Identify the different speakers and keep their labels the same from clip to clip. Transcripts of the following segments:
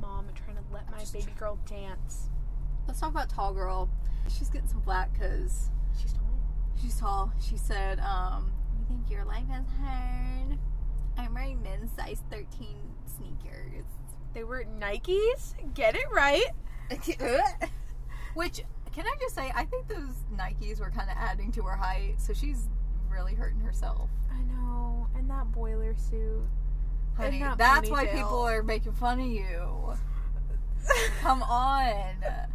Speaker 1: mom and trying to let my baby girl dance.
Speaker 2: Let's talk about tall girl. She's getting some flack because
Speaker 1: She's tall.
Speaker 2: she's tall. She said, um, "You think your life is hard? I'm wearing men's size 13 sneakers."
Speaker 1: They were Nikes. Get it right.
Speaker 2: Which can I just say? I think those Nikes were kind of adding to her height, so she's really hurting herself.
Speaker 1: I know. And that boiler suit.
Speaker 2: Honey,
Speaker 1: that
Speaker 2: that's why
Speaker 1: ponytail.
Speaker 2: people are making fun of you. Come on.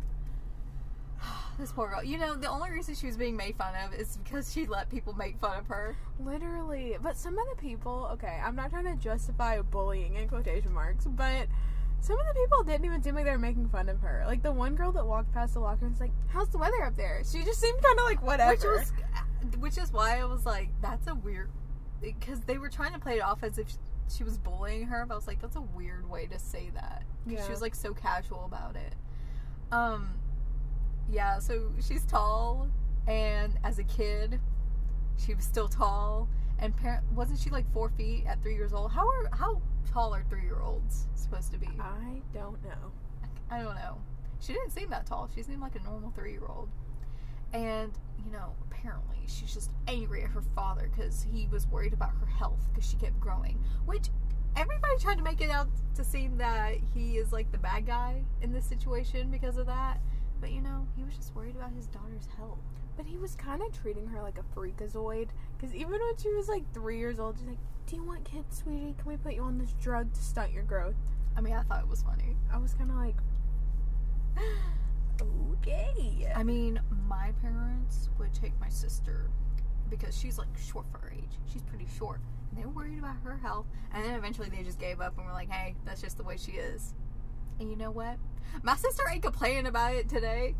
Speaker 2: This poor girl. You know, the only reason she was being made fun of is because she let people make fun of her.
Speaker 1: Literally. But some of the people, okay, I'm not trying to justify bullying in quotation marks, but some of the people didn't even seem like they were making fun of her. Like the one girl that walked past the locker and was like, How's the weather up there? She just seemed kind of like whatever.
Speaker 2: Which was, which is why I was like, that's a weird, because they were trying to play it off as if she was bullying her, but I was like, that's a weird way to say that. 'Cause
Speaker 1: Yeah.
Speaker 2: She was like so casual about it. Um, yeah. So she's tall, and as a kid, she was still tall. And parent wasn't she like four feet at three years old? How are how tall are three year olds supposed to be?
Speaker 1: I don't know.
Speaker 2: I don't know. She didn't seem that tall. She seemed like a normal three year old. And, you know, apparently she's just angry at her father because he was worried about her health because she kept growing. Which everybody tried to make it out to seem that he is like the bad guy in this situation because of that. But, you know, he was just worried about his daughter's health.
Speaker 1: But he was kind of treating her like a freakazoid. Because even when she was like three years old, she's like, Do you want kids, sweetie? Can we put you on this drug to stunt your growth?
Speaker 2: I mean, I thought it was funny.
Speaker 1: I was kind of like, Okay.
Speaker 2: I mean, my parents would take my sister because she's like short for her age. She's pretty short. And they were worried about her health. And then eventually they just gave up and were like, hey, that's just the way she is. And you know what? My sister ain't complaining about it today.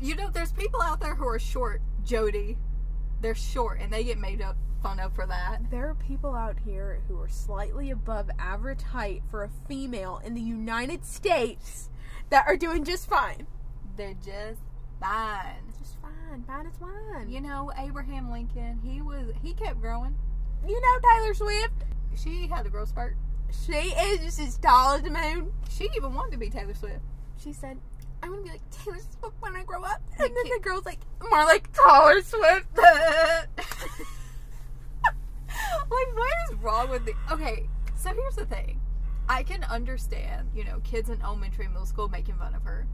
Speaker 2: You know, there's people out there who are short, Jody. They're short and they get made up fun of for that.
Speaker 1: There are people out here who are slightly above average height for a female in the United States that are doing just fine.
Speaker 2: They're just fine.
Speaker 1: Just fine. Fine as wine.
Speaker 2: You know, Abraham Lincoln, he was he kept growing.
Speaker 1: you know Taylor Swift?
Speaker 2: She had a growth spurt.
Speaker 1: She is just as tall as the moon.
Speaker 2: She even wanted to be Taylor Swift.
Speaker 1: She said, I'm going to be like Taylor Swift when I grow up. And
Speaker 2: Like,
Speaker 1: then
Speaker 2: ki-
Speaker 1: the girl's like, more like Taylor Swift.
Speaker 2: like what is wrong with the okay so here's the thing i can understand you know kids in elementary and middle school making fun of her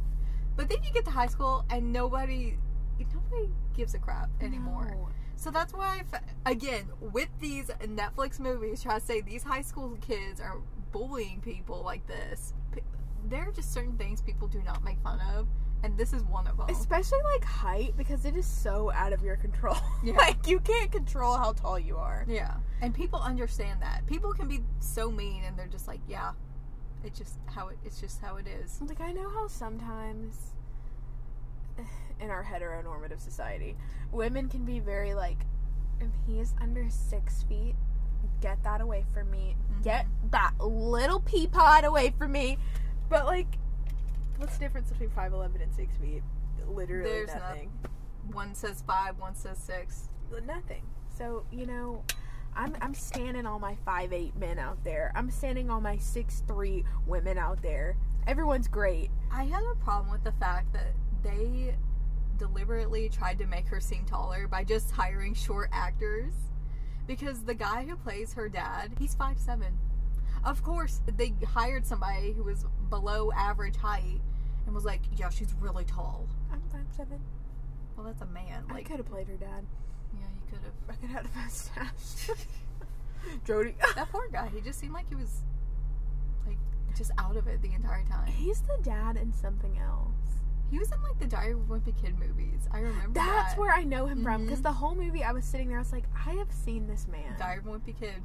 Speaker 2: but then you get to high school and nobody nobody gives a crap anymore
Speaker 1: No.
Speaker 2: so that's why I, f- again with these netflix movies try to say these high school kids are bullying people like this P- there are just certain things people do not make fun of and this is one of them
Speaker 1: Especially like height because it is so out of your control.
Speaker 2: Yeah.
Speaker 1: like you can't control how tall you are.
Speaker 2: Yeah. And people understand that. People can be so mean and they're just like, yeah, it's just how it, it's just how it is.
Speaker 1: Like I know how sometimes in our heteronormative society, women can be very like, if he is under six feet, get that away from me. Get that little pea pod away from me. But like, what's the difference between five eleven and six feet? Literally
Speaker 2: There's
Speaker 1: nothing.
Speaker 2: One says 5, one says 6.
Speaker 1: nothing. So you know. I'm, I'm standing all my five eight men out there. I'm standing all my six three women out there. Everyone's great.
Speaker 2: I had a problem with the fact that they deliberately tried to make her seem taller by just hiring short actors because the guy who plays her dad, he's 5'7. Of course, they hired somebody who was below average height and was like, "Yeah, she's really tall."
Speaker 1: I'm five seven.
Speaker 2: Well, that's a man.
Speaker 1: I
Speaker 2: Like,
Speaker 1: could have played her dad.
Speaker 2: yeah, you could have
Speaker 1: I could have had a mustache. Jody.
Speaker 2: That poor guy, he just seemed like he was like just out of it the entire time.
Speaker 1: He's the dad in something else.
Speaker 2: He was in like the Diary of a Wimpy Kid movies. I remember
Speaker 1: That's
Speaker 2: that.
Speaker 1: where I know him from. Because
Speaker 2: Mhm.
Speaker 1: the whole movie, I was sitting there, I was like, I have seen this man.
Speaker 2: Diary of a Wimpy Kid.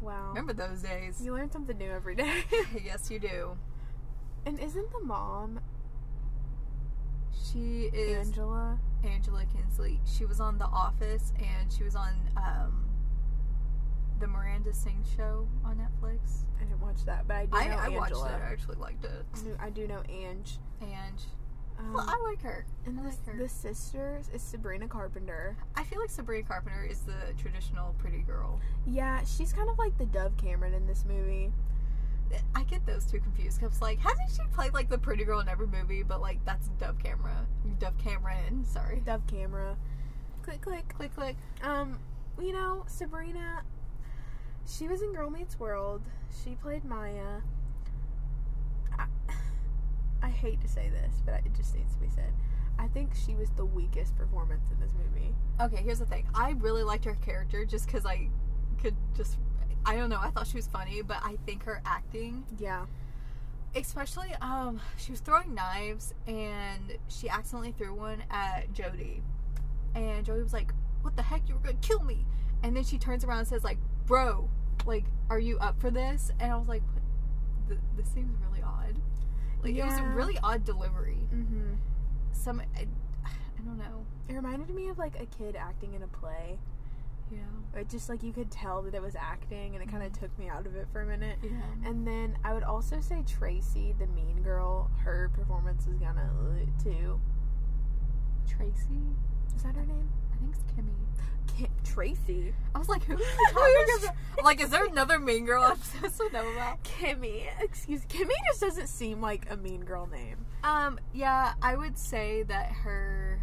Speaker 1: Wow.
Speaker 2: Remember those days?
Speaker 1: You learn something new every day.
Speaker 2: yes, you do.
Speaker 1: and isn't the mom
Speaker 2: She is
Speaker 1: Angela?
Speaker 2: Angela Kinsley. She was on The Office and she was on um the Miranda Sing show on Netflix.
Speaker 1: I didn't watch that, but I do
Speaker 2: I,
Speaker 1: know
Speaker 2: I
Speaker 1: Angela.
Speaker 2: watched it. I actually liked it.
Speaker 1: I do- I do know Ange.
Speaker 2: And
Speaker 1: Um,
Speaker 2: well, I like her.
Speaker 1: and
Speaker 2: I
Speaker 1: this,
Speaker 2: like her.
Speaker 1: the sisters is Sabrina Carpenter.
Speaker 2: I feel like Sabrina Carpenter is the traditional pretty girl.
Speaker 1: Yeah, she's kind of like the Dove Cameron in this movie.
Speaker 2: I get those two confused. Cause like, hasn't she played like the pretty girl in every movie? But like, that's Dove Camera, Dove Cameron. Sorry.
Speaker 1: Dove camera. Click click.
Speaker 2: Click click.
Speaker 1: Um, you know, Sabrina she was in Girl Meets World. She played Maya. I, I hate to say this, but it just needs to be said. I think she was the weakest performance in this movie.
Speaker 2: Okay, here's the thing. I really liked her character just because I could just. I don't know. I thought she was funny, but I think her acting,
Speaker 1: Yeah.
Speaker 2: especially, um, she was throwing knives and she accidentally threw one at Jody, and Jody was like, "What the heck? You were gonna kill me!" And then she turns around and says, "Like, bro, like, are you up for this?" And I was like, what? Th- "This seems really odd." Like it was
Speaker 1: Yeah.
Speaker 2: a really odd delivery.
Speaker 1: Mm-hmm.
Speaker 2: Some, I, I don't know.
Speaker 1: It reminded me of like a kid acting in a play.
Speaker 2: Yeah.
Speaker 1: It just like you could tell that it was acting, and it kind of
Speaker 2: Mhm.
Speaker 1: took me out of it for a minute.
Speaker 2: Yeah.
Speaker 1: And then I would also say Tracy, the mean girl. Her performance is kind of too.
Speaker 2: Tracy.
Speaker 1: Is that her name?
Speaker 2: I think it's Kimmy.
Speaker 1: Ki Tracy.
Speaker 2: I was like, who?
Speaker 1: Who's-
Speaker 2: like, is there another Mean Girl I'm supposed to know about?
Speaker 1: Kimmy. Excuse Kimmy just doesn't seem like a mean girl name.
Speaker 2: Um, yeah, I would say that her.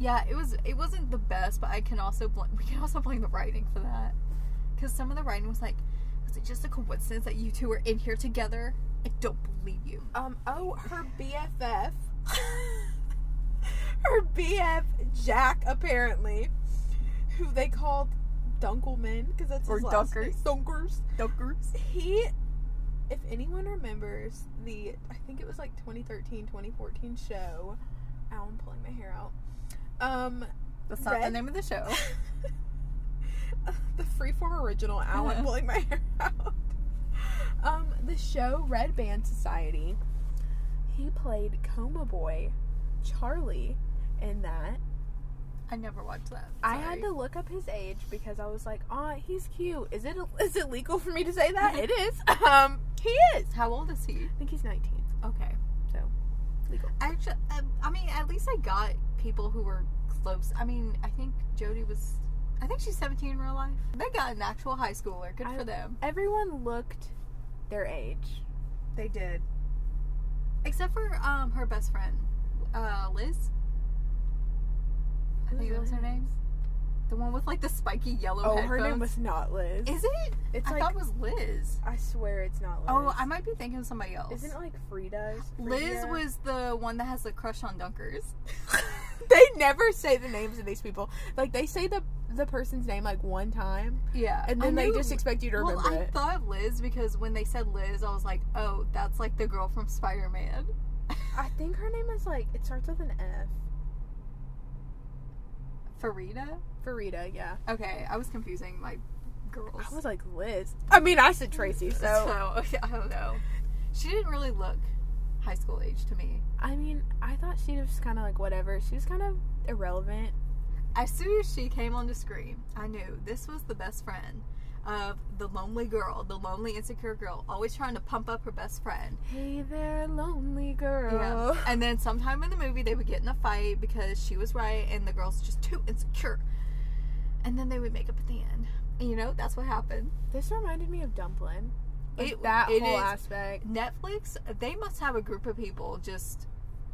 Speaker 2: Yeah, it was. It wasn't the best, but I can also bl- we can also blame the writing for that, because some of the writing was like, was it just a coincidence that you two were in here together? I don't believe you.
Speaker 1: Um oh, her BFF. her BF Jack apparently, who they called Dunkelman because that's his
Speaker 2: Or
Speaker 1: last name.
Speaker 2: Dunkers.
Speaker 1: Dunkers.
Speaker 2: Dunkers.
Speaker 1: He if anyone remembers the I think it was like 2013 2014 show. Ow, I'm pulling my hair out. Um
Speaker 2: That's not the
Speaker 1: Red.
Speaker 2: name of the show.
Speaker 1: the freeform original Alan
Speaker 2: Uh-huh.
Speaker 1: pulling my hair out. Um, the show Red Band Society. He played Coma Boy, Charlie, in that.
Speaker 2: I never watched that.
Speaker 1: I had to
Speaker 2: Sorry.
Speaker 1: look up his age because I was like, "Aw, he's cute." Is it is it legal for me to say that? it is. Um, he is.
Speaker 2: How old is he?
Speaker 1: I think he's 19.
Speaker 2: Okay.
Speaker 1: So legal.
Speaker 2: Actually, I mean, at least I got people who were close. I mean, I think Jody was. I think she's 17 in real life. They got an actual high schooler. Good
Speaker 1: I-
Speaker 2: for them.
Speaker 1: Everyone looked their age.
Speaker 2: They did. Except for um her best friend, uh, Liz. I think that was her name. The one with like the spiky yellow.
Speaker 1: Oh,
Speaker 2: headphones.
Speaker 1: her name was not Liz.
Speaker 2: Is it?
Speaker 1: it's
Speaker 2: I
Speaker 1: like
Speaker 2: thought it was Liz.
Speaker 1: I swear it's not Liz.
Speaker 2: Oh, I might be thinking of somebody else.
Speaker 1: Isn't it like Frida's?
Speaker 2: Liz
Speaker 1: Frida?
Speaker 2: was the one that has the crush on Dunkers.
Speaker 1: they never say the names of these people. Like they say the the person's name like one time,
Speaker 2: Yeah,
Speaker 1: and
Speaker 2: I
Speaker 1: then they
Speaker 2: knew-
Speaker 1: just expect you to
Speaker 2: Well,
Speaker 1: remember
Speaker 2: I
Speaker 1: it.
Speaker 2: thought of Liz because when they said Liz, I was like, oh, that's like the girl from Spider Man.
Speaker 1: I think her name is like it starts with an F.
Speaker 2: Farida?
Speaker 1: Farida, yeah.
Speaker 2: Okay, I was confusing my girls.
Speaker 1: I was like Liz. I mean, I said Tracy. So
Speaker 2: So, I don't know. She didn't really look high school age to me.
Speaker 1: I mean, I thought she was just kind of like whatever. She was kind of irrelevant.
Speaker 2: As soon as she came on the screen, I knew this was the best friend of the lonely girl, the lonely, insecure girl, always trying to pump up her best friend.
Speaker 1: Hey there, lonely
Speaker 2: Yeah.
Speaker 1: girl.
Speaker 2: And then sometime in the movie, they would get in a fight because she was right and the girl's just too insecure. And then they would make up at the end. And you know, that's what happened.
Speaker 1: This reminded me of Dumplin. Like,
Speaker 2: It-
Speaker 1: that
Speaker 2: it
Speaker 1: whole
Speaker 2: is-
Speaker 1: aspect.
Speaker 2: Netflix, they must have a group of people just.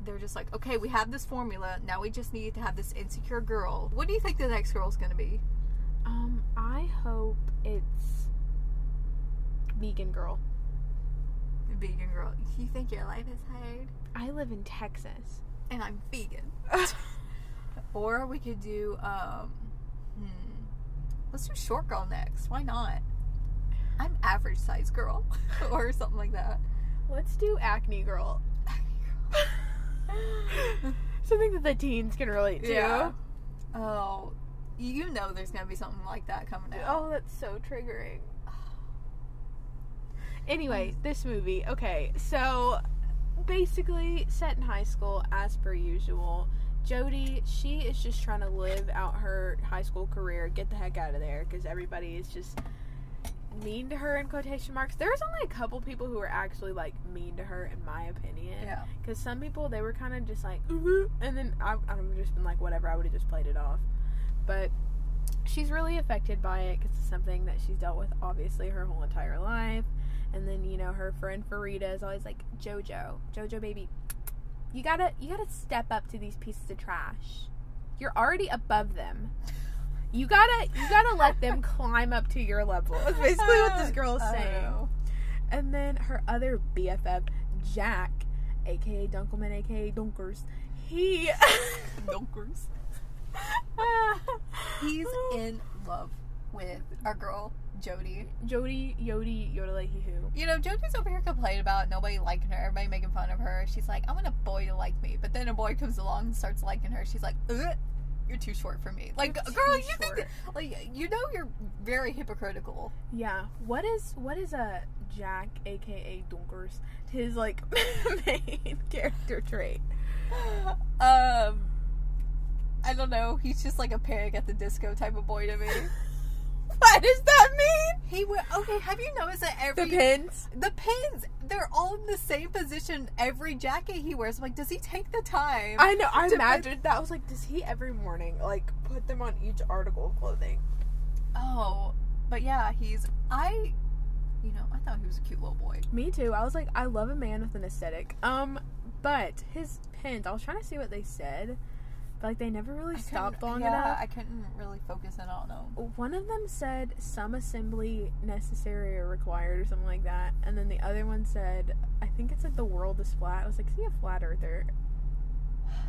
Speaker 2: They're just like, okay, we have this formula. Now we just need to have this insecure girl. What do you think the next girl's gonna be?
Speaker 1: Um, I hope it's vegan girl.
Speaker 2: Vegan girl. You think your life is hard?
Speaker 1: I live in Texas.
Speaker 2: And I'm vegan. Or we could do, um, hmm. Let's do short girl next. Why not? I'm average size girl or something like that.
Speaker 1: Let's do acne girl. Something that the teens can relate to.
Speaker 2: yeah. Oh, you know there's gonna be something like that coming out.
Speaker 1: Oh, that's so triggering. Anyway, this movie. Okay, so basically set in high school as per usual. Jody, she is just trying to live out her high school career, get the heck out of there because everybody is just mean to her in quotation marks. There's only a couple people who are actually like mean to her, in my opinion.
Speaker 2: Yeah.
Speaker 1: Because some people they were kind of just like, ooh, and then I, I've just been like, whatever. I would have just played it off, but she's really affected by it because it's something that she's dealt with obviously her whole entire life, And then you know her friend Farida is always like JoJo, JoJo baby, you gotta you gotta step up to these pieces of trash. You're already above them. You gotta you gotta let them climb up to your level. That's basically what this girl is
Speaker 2: I
Speaker 1: saying.
Speaker 2: know.
Speaker 1: And then her other BFF, Jack, aka Dunkelman, aka Dunkers, he Ah.
Speaker 2: Dunkers. He's in love with our girl Jody.
Speaker 1: Jody Yodi Yodelehi Who.
Speaker 2: You know, Jody's over here complaining about nobody liking her, everybody making fun of her. She's like, I want a boy to like me. But then a boy comes along and starts liking her. She's like, Ugh, you're too short for me. Like,
Speaker 1: You're too
Speaker 2: girl, you think
Speaker 1: short.
Speaker 2: that- like you know you're very hypocritical.
Speaker 1: Yeah. What is what is a Jack, aka Dunkers, his like main character trait?
Speaker 2: Um I don't know. He's just like a pig at the disco type of boy to me.
Speaker 1: What does that mean?
Speaker 2: he would okay. Have you noticed that every
Speaker 1: The pins.
Speaker 2: The pins, they're all in the same position every jacket he wears. I'm like, does he take the time?
Speaker 1: I know. I
Speaker 2: The pin-
Speaker 1: imagined that. I was like, does he every morning like put them on each article of clothing?
Speaker 2: oh, but yeah, he's I you know, I thought he was a cute little boy.
Speaker 1: Me too. I was like, I love a man with an aesthetic. Um, but his pins. I was trying to see what they said, but like they never really
Speaker 2: I
Speaker 1: stopped
Speaker 2: couldn't-
Speaker 1: long
Speaker 2: yeah,
Speaker 1: enough.
Speaker 2: I couldn't really focus in on him.
Speaker 1: one of them said some assembly necessary or required or something like that and then the other one said i think it said the world is flat i was like is he a flat earther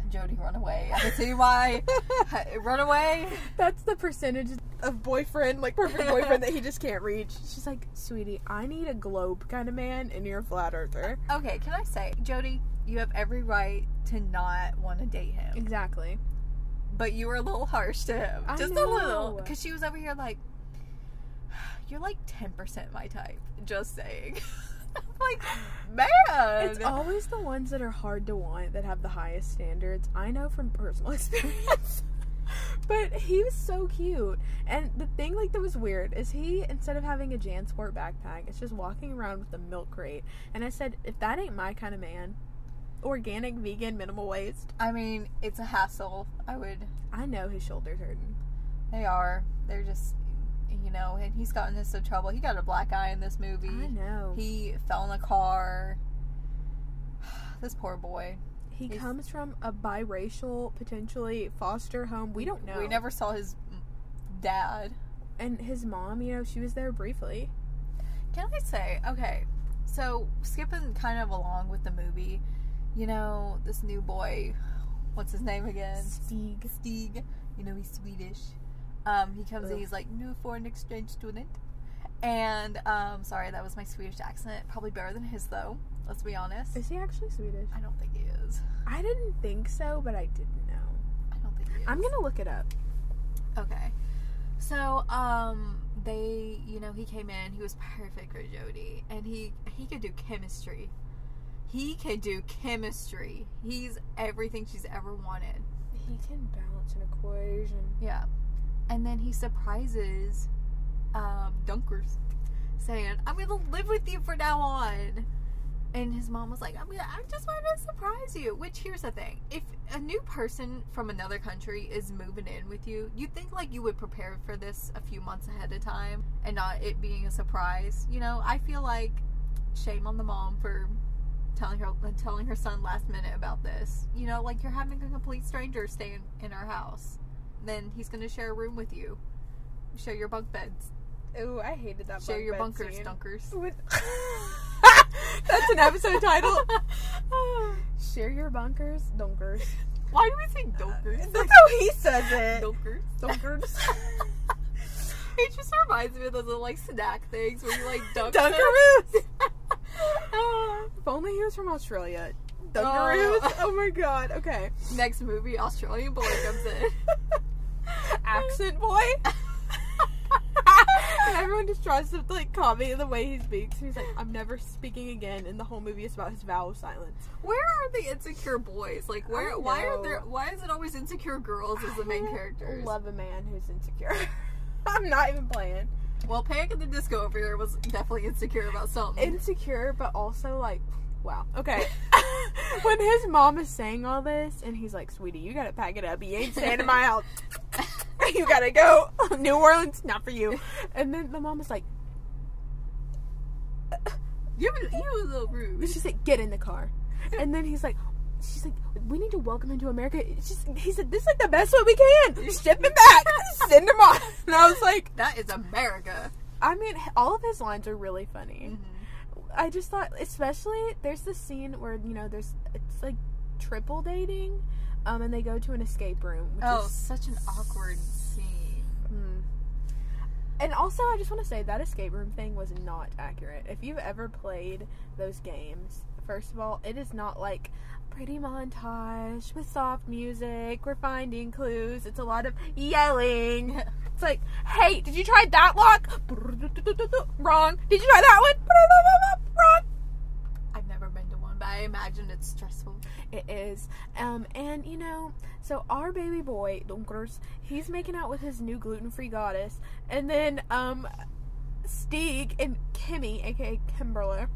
Speaker 2: Jody run away. I can see why. run away.
Speaker 1: that's the percentage of boyfriend like perfect boyfriend that he just can't reach she's like sweetie i need a globe kind of man and you're a flat earther
Speaker 2: Okay, can I say, Jody, you have every right to not want to date him.
Speaker 1: exactly
Speaker 2: but you were a little harsh to him,
Speaker 1: I
Speaker 2: just a
Speaker 1: know.
Speaker 2: little, because she was over here like, "You're like ten percent my type." Just saying, like, man,
Speaker 1: it's always the ones that are hard to want that have the highest standards i know from personal experience but he was so cute and the thing like that was weird is he instead of having a jansport backpack it's just walking around with a milk crate and i said if that ain't my kind of man organic vegan minimal waste
Speaker 2: I mean, it's a hassle. I would.
Speaker 1: i know his shoulders hurting
Speaker 2: They are. They're just, you know. And he's gotten into trouble. He got a black eye in this movie.
Speaker 1: i know he,
Speaker 2: He fell in a car. this poor boy. he's-
Speaker 1: comes from a biracial potentially foster home we don't know
Speaker 2: We never saw his dad.
Speaker 1: and his mom you know she was there briefly
Speaker 2: Can I say, okay, so skipping kind of along with the movie, you know, this new boy, what's his name again?
Speaker 1: Stieg.
Speaker 2: Stig. You know, he's Swedish. Um, he comes
Speaker 1: Ugh.
Speaker 2: and he's like, new foreign exchange student. And, um, sorry, that was my Swedish accent. Probably better than his, though. Let's be honest.
Speaker 1: is he actually swedish
Speaker 2: I don't think he is.
Speaker 1: I didn't think so, but I didn't know.
Speaker 2: I don't think he is.
Speaker 1: I'm gonna look it up.
Speaker 2: Okay. So, um, they, you know, he came in, he was perfect for Jody, and he he could do chemistry. He could do chemistry. He's everything she's ever wanted.
Speaker 1: He can balance an equation.
Speaker 2: Yeah. And then he surprises um Dunkers saying, I'm gonna live with you for now on and his mom was like, I'm gonna I just wanted to surprise you which here's the thing. If a new person from another country is moving in with you, you think like you would prepare for this a few months ahead of time and not it being a surprise. You know, I feel like shame on the mom for telling her telling her son last minute about this. You know, like you're having a complete stranger stay in, in our house then he's gonna share a room with you. Share your bunk beds.
Speaker 1: Ooh, I hated that.
Speaker 2: share
Speaker 1: bunk
Speaker 2: your
Speaker 1: bed
Speaker 2: bunkers,
Speaker 1: scene.
Speaker 2: dunkers.
Speaker 1: With- That's an episode title. Share your bunkers, dunkers.
Speaker 2: Why do we say dunkers?
Speaker 1: That's how he says it.
Speaker 2: Uh, dunkers.
Speaker 1: Dunkers.
Speaker 2: it just reminds me of those little like snack things where you like dunk.
Speaker 1: Dunkaroos. if only he was from Australia. Dunkaroos.
Speaker 2: Oh.
Speaker 1: Oh, my god. Okay.
Speaker 2: Next movie, Australian boy comes in.
Speaker 1: Accent boy. And everyone just tries to like copy the way he speaks. He's like, I'm never speaking again, and the whole movie is about his vowel silence.
Speaker 2: Where are the insecure boys? Like
Speaker 1: I
Speaker 2: where? Why are
Speaker 1: know.
Speaker 2: there? Why is it always insecure girls as the main
Speaker 1: I
Speaker 2: characters?
Speaker 1: Love a man who's insecure. I'm not even playing.
Speaker 2: Well, Panic at the Disco over here was definitely insecure about something.
Speaker 1: Insecure, but also like, wow. Okay. when his mom is saying all this, and he's like, "Sweetie, you gotta pack it up. You ain't staying in my house. You gotta go. New Orleans, not for you." And then the mom is like,
Speaker 2: You you a little rude.
Speaker 1: She's like, get in the car. And then he's like, she's like, we need to welcome him to America. She's, he said, this is like the best way we can. Ship him back. Send him on. And I was like,
Speaker 2: That is America. Mm-hmm.
Speaker 1: I mean, all of his lines are really funny. I just thought, especially there's this scene where you know there's it's like triple dating, um, and they go to an escape room. Which
Speaker 2: Oh,
Speaker 1: is,
Speaker 2: such an awkward scene.
Speaker 1: mm. and also I just want to say that escape room thing was not accurate. If you've ever played those games, first of all, it is not like pretty montage with soft music. We're finding clues. It's a lot of yelling. It's like, hey, did you try that lock? Wrong. Did you try that one? Wrong.
Speaker 2: I've never been to one, but I imagine it's stressful.
Speaker 1: It is. Um, and you know, so our baby boy, Dunkers, he's making out with his new gluten free goddess. And then um Stieg and Kimmy, aka Kimberla,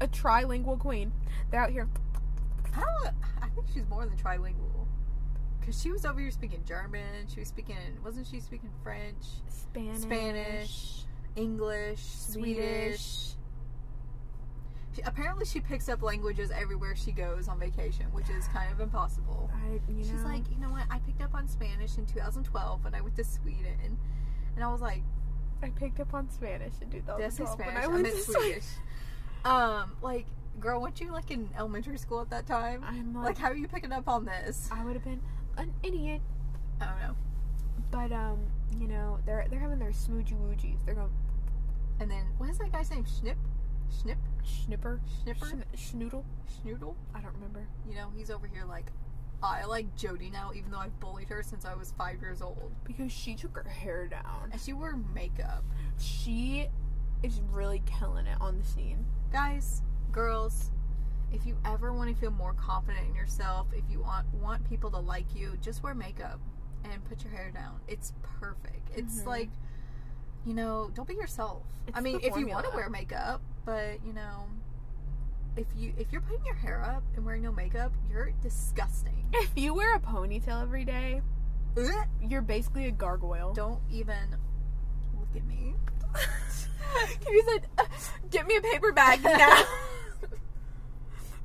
Speaker 1: a trilingual queen, they're out here.
Speaker 2: How? I think she's more than trilingual. Cause she was over here speaking German. She was speaking. Wasn't she speaking French,
Speaker 1: Spanish.
Speaker 2: Spanish. English, Swedish?
Speaker 1: Swedish.
Speaker 2: She, apparently, she picks up languages everywhere she goes on vacation, which is kind of impossible.
Speaker 1: I, you
Speaker 2: She's
Speaker 1: know,
Speaker 2: like, you know what? I picked up on Spanish in 2012 when I went to Sweden, and I was like,
Speaker 1: I picked up on Spanish in
Speaker 2: Did I say
Speaker 1: 2012
Speaker 2: Spanish? Oh, I,
Speaker 1: when I went
Speaker 2: meant
Speaker 1: to
Speaker 2: Swedish.
Speaker 1: Sweden.
Speaker 2: um, like, girl, weren't you like in elementary school at that time?
Speaker 1: I'm
Speaker 2: Like,
Speaker 1: like,
Speaker 2: how are you picking up on this?
Speaker 1: I would have been an idiot.
Speaker 2: I don't know.
Speaker 1: But um, you know, they're they're having their smoochy woogies. They're going
Speaker 2: And then what is that guy's name? Schnip, Schnip,
Speaker 1: schnipper,
Speaker 2: Schnipper,
Speaker 1: Schn- schnoodle.
Speaker 2: Schnoodle.
Speaker 1: I don't remember.
Speaker 2: You know, he's over here like, I like Jody now, even though I've bullied her since I was five years old,
Speaker 1: because she took her hair down.
Speaker 2: and she wore makeup.
Speaker 1: She is really killing it on the scene.
Speaker 2: guys, girls, if you ever want to feel more confident in yourself, if you want want people to like you, just wear makeup and put your hair down. It's perfect. It's
Speaker 1: Mhm.
Speaker 2: like you know, don't be yourself.
Speaker 1: It's
Speaker 2: I mean,
Speaker 1: the
Speaker 2: if you want to
Speaker 1: formula.
Speaker 2: wear makeup, but you know, if you if you're putting your hair up and wearing no makeup, you're disgusting.
Speaker 1: If you wear a ponytail every day,
Speaker 2: Ugh.
Speaker 1: you're basically a gargoyle.
Speaker 2: don't even look at me.
Speaker 1: Can you said, "Uh, "Get me a paper bag now."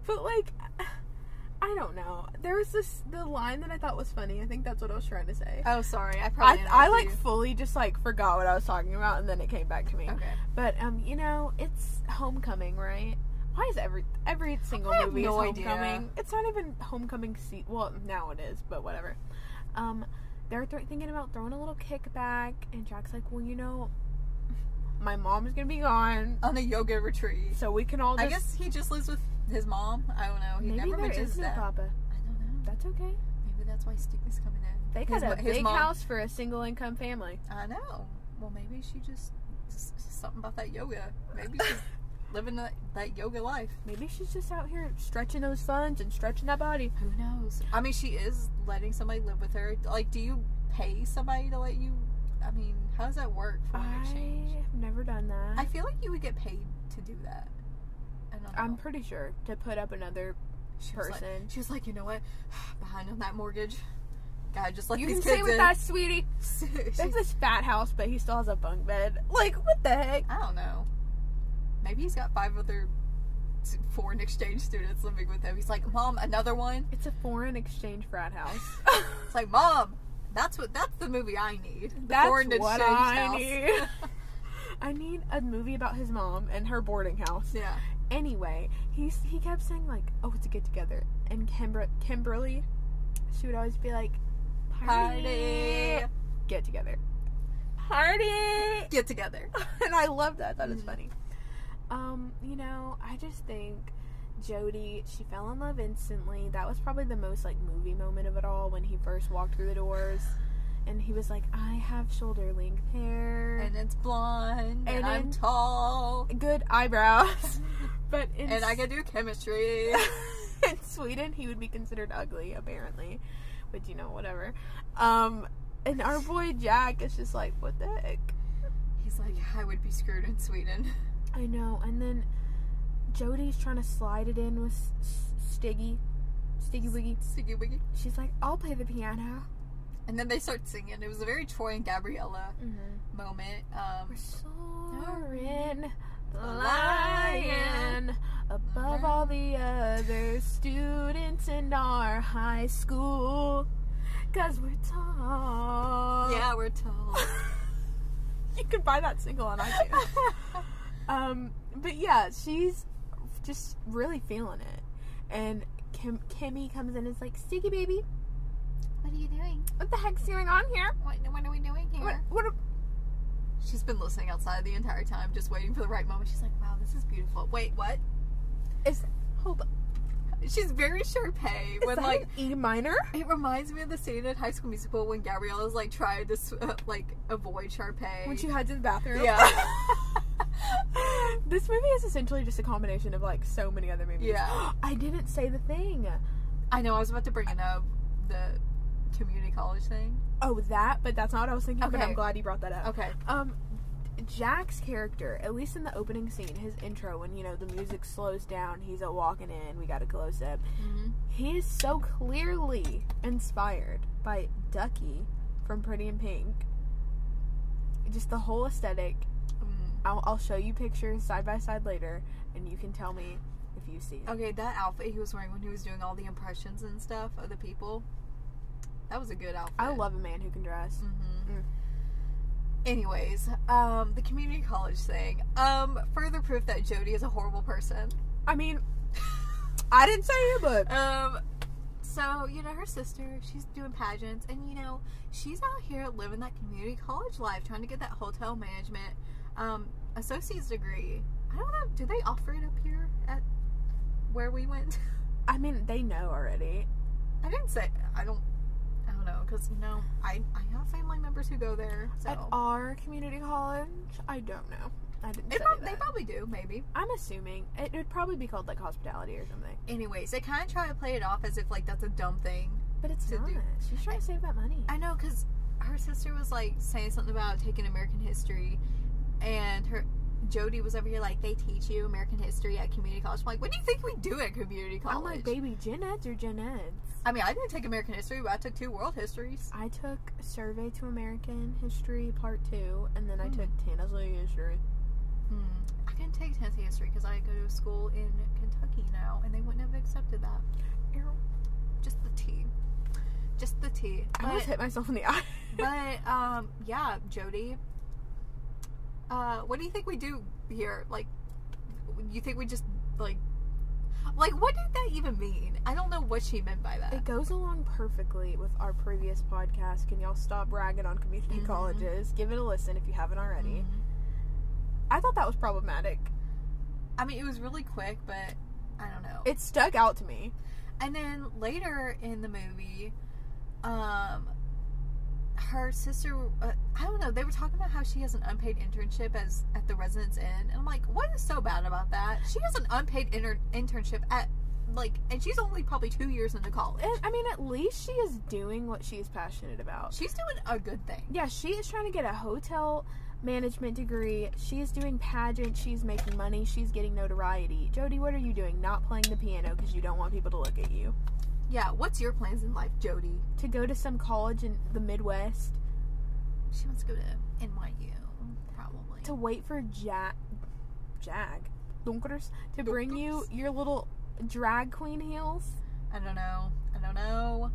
Speaker 1: but like, I don't know. There was this the line that I thought was funny. I think that's what I was trying to say.
Speaker 2: Oh, sorry. I
Speaker 1: I,
Speaker 2: probably
Speaker 1: I like
Speaker 2: interrupted
Speaker 1: fully just like forgot what I was talking about, and then it came back to me.
Speaker 2: you. Okay.
Speaker 1: But um, you know, it's homecoming, right? Why is every every single
Speaker 2: I have
Speaker 1: movie
Speaker 2: no
Speaker 1: is
Speaker 2: idea.
Speaker 1: homecoming? It's not even homecoming seat. Well, now it is, but whatever. Um, they're th- thinking about throwing a little kickback, and Jack's like, "Well, you know, my mom's gonna be gone,
Speaker 2: On a yoga retreat.
Speaker 1: so we can all just
Speaker 2: I guess he just lives with his mom. I don't know. He
Speaker 1: maybe
Speaker 2: never
Speaker 1: there
Speaker 2: mentions
Speaker 1: is no
Speaker 2: that.
Speaker 1: papa.
Speaker 2: I don't know.
Speaker 1: That's okay.
Speaker 2: Maybe that's why Stick is coming in.
Speaker 1: They
Speaker 2: His
Speaker 1: got a
Speaker 2: mo- his
Speaker 1: big
Speaker 2: mom-
Speaker 1: house for a single income family.
Speaker 2: I know. Well, maybe she just, just something about that yoga. Maybe she's living that, that yoga life.
Speaker 1: Maybe she's just out here stretching those funds and stretching that body.
Speaker 2: Who knows? I mean, she is letting somebody live with her. Like, do you pay somebody to let you? I mean, how does that work for an exchange?
Speaker 1: I've never done that.
Speaker 2: I feel like you would get paid to do that. I don't know.
Speaker 1: I'm pretty sure to put up another
Speaker 2: she was like-
Speaker 1: person.
Speaker 2: she was like, you know what? Behind on that mortgage. God, just let
Speaker 1: you
Speaker 2: these
Speaker 1: can
Speaker 2: kids
Speaker 1: stay with
Speaker 2: in.
Speaker 1: us, sweetie.
Speaker 2: She's-
Speaker 1: There's this fat house, but he still has a bunk bed. Like, what the heck?
Speaker 2: I don't know. Maybe he's got five other s- foreign exchange students living with him. He's like, Mom, another one.
Speaker 1: It's a foreign exchange frat house.
Speaker 2: It's like, Mom, that's what that's the movie I need. The
Speaker 1: That's
Speaker 2: foreign
Speaker 1: what
Speaker 2: exchange
Speaker 1: I
Speaker 2: house.
Speaker 1: need. I need a movie about his mom and her boarding house.
Speaker 2: yeah,
Speaker 1: Anyway, he's he kept saying like, "Oh, it's a get together," and Kimber- Kimberly, she would always be like,
Speaker 2: party,
Speaker 1: get together, party."
Speaker 2: get together.
Speaker 1: and I love that. That is
Speaker 2: Mhm.
Speaker 1: funny. Um, you know, I just think Jody, she fell in love instantly. That was probably the most like movie moment of it all when he first walked through the doors and he was like, I have shoulder length hair
Speaker 2: And it's blonde, and,
Speaker 1: And
Speaker 2: I'm
Speaker 1: in-
Speaker 2: tall,
Speaker 1: good eyebrows. but in
Speaker 2: and I can do chemistry.
Speaker 1: in Sweden he would be considered ugly, apparently. But you know, whatever. Um and our boy Jack is just like, What the heck?
Speaker 2: He's like, I would be screwed in Sweden.
Speaker 1: I know. And then Jody's trying to slide it in with S- S- Stiggy. Stiggy Wiggy.
Speaker 2: Siggy wiggy.
Speaker 1: She's like, I'll play the piano.
Speaker 2: And then they start singing. It was a very Troy and Gabriella
Speaker 1: Mm-hmm.
Speaker 2: moment. Um,
Speaker 1: We're soaring,
Speaker 2: The
Speaker 1: the
Speaker 2: lion.
Speaker 1: lion. Mm-hmm. other students in our high school. Cause we're tall.
Speaker 2: Yeah, we're tall.
Speaker 1: you could buy that single on iTunes. um, but yeah, she's just really feeling it. And Kim- Kimmy comes in and is like, Sticky baby,
Speaker 2: what are you doing?
Speaker 1: what the heck's going on here?
Speaker 2: What, what are we doing here?
Speaker 1: What, what a-
Speaker 2: She's been listening outside the entire time, just waiting for the right moment. She's like, wow, this is beautiful. Wait, what?
Speaker 1: is, hold on,
Speaker 2: She's very Sharpay
Speaker 1: is
Speaker 2: when
Speaker 1: that
Speaker 2: like
Speaker 1: an E minor?
Speaker 2: It reminds me of the scene in High School Musical when Gabriella's like trying to s- uh, like avoid Sharpay.
Speaker 1: When she heads to the bathroom.
Speaker 2: yeah,
Speaker 1: this movie is essentially just a combination of like so many other movies.
Speaker 2: Yeah.
Speaker 1: I didn't say the thing.
Speaker 2: I know. I was about to bring it up the community college thing.
Speaker 1: Oh, that, but that's not what I was thinking, but
Speaker 2: Okay.
Speaker 1: I'm glad you brought that up.
Speaker 2: Okay,
Speaker 1: Um Jack's character, at least in the opening scene, his intro when you know the music slows down, he's a walking in, we got a close up.
Speaker 2: Mm-hmm.
Speaker 1: He is so clearly inspired by Ducky from Pretty in Pink. Just the whole aesthetic.
Speaker 2: Mm.
Speaker 1: I'll, I'll show you pictures side by side later, and you can tell me if you see it.
Speaker 2: okay. That outfit he was wearing when he was doing all the impressions and stuff of the people. That was a good outfit.
Speaker 1: I love a man who can dress.
Speaker 2: Mm-hmm.
Speaker 1: Mm.
Speaker 2: Anyways, um, the community college thing. Um, further proof that Jody is a horrible person.
Speaker 1: I mean, I didn't say it, but
Speaker 2: Um, so you know her sister, she's doing pageants, and you know she's out here living that community college life, trying to get that hotel management um, associate's degree. I don't know. Do they offer it up here at where we went?
Speaker 1: I mean, they know already.
Speaker 2: I didn't say. I don't. I don't know because you know I I have family members who go there, so
Speaker 1: At our community college, I don't know. I didn't
Speaker 2: they,
Speaker 1: say
Speaker 2: prob-
Speaker 1: that.
Speaker 2: they probably do maybe.
Speaker 1: I'm assuming it would probably be called like hospitality or something,
Speaker 2: Anyways, they kind of try to play it off as if like that's a dumb thing.
Speaker 1: but it's
Speaker 2: To
Speaker 1: not.
Speaker 2: do-
Speaker 1: She's trying to save that money.
Speaker 2: I know because her sister was like saying something about taking American history, and her Jody was over here like they teach you American history at community college. I'm like, what do you think we do at community college?
Speaker 1: I'm like, baby, gen eds or gen eds?
Speaker 2: I mean, I didn't take American history, but I took two world histories.
Speaker 1: I took Survey to American History Part Two, and then I
Speaker 2: Hmm.
Speaker 1: took Tanzania History.
Speaker 2: Hmm. I didn't take Tennessee history because I go to school in Kentucky now, and they wouldn't have accepted that. Just the T. Just the T.
Speaker 1: I almost hit myself in the eye.
Speaker 2: but um, yeah, Jody. Uh, what do you think we do here? Like, you think we just like, like what did that even mean? I don't know what she meant by that.
Speaker 1: It goes along perfectly with our previous podcast. Can y'all stop bragging on community
Speaker 2: Mhm.
Speaker 1: colleges? Give it a listen if you haven't already.
Speaker 2: Mhm.
Speaker 1: I thought that was problematic.
Speaker 2: I mean, it was really quick, but I don't know.
Speaker 1: It stuck out to me.
Speaker 2: and then later in the movie, um, her sister. Uh, I don't know. They were talking about how she has an unpaid internship as at the Residence Inn, and I'm like, what is so bad about that? She has an unpaid inter- internship at like, and she's only probably two years into college.
Speaker 1: And I mean, at least she is doing what she is passionate about.
Speaker 2: She's doing a good thing.
Speaker 1: Yeah, she is trying to get a hotel management degree. She is doing pageant. She's making money. She's getting notoriety. Jody, what are you doing? Not playing the piano because you don't want people to look at you.
Speaker 2: Yeah. What's your plans in life, Jody?
Speaker 1: To go to some college in the Midwest
Speaker 2: She wants to go to NYU, probably.
Speaker 1: to wait for Jack, Jag, Dunkers to bring you
Speaker 2: Dunkers.
Speaker 1: your little drag queen heels.
Speaker 2: I don't know. I don't know.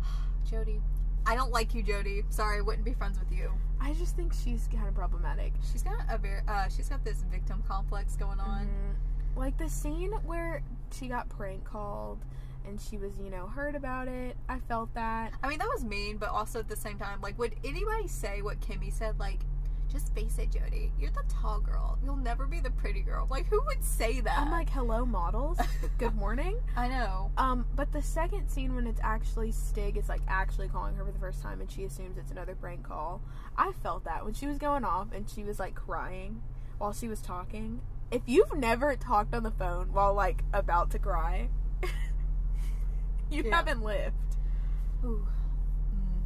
Speaker 2: Jody, I don't like you, Jody. Sorry, wouldn't be friends with you.
Speaker 1: I just think she's kind of problematic.
Speaker 2: She's got a very uh, she's got this victim complex going on.
Speaker 1: Mhm. Like the scene where she got prank called and she was, you know, hurt about it. I felt that.
Speaker 2: I mean, that was mean, but also at the same time, like, would anybody say what Kimmy said? Like, just face it, Jody. You're the tall girl. You'll never be the pretty girl. Like, who would say that?
Speaker 1: I'm like, hello, models. Good morning.
Speaker 2: I know.
Speaker 1: Um, but the second scene when it's actually Stig is like actually calling her for the first time and she assumes it's another prank call. I felt that when she was going off and she was like crying while she was talking. If you've never talked on the phone while like about to cry, you
Speaker 2: Yeah.
Speaker 1: haven't lived.
Speaker 2: Ooh. Mm,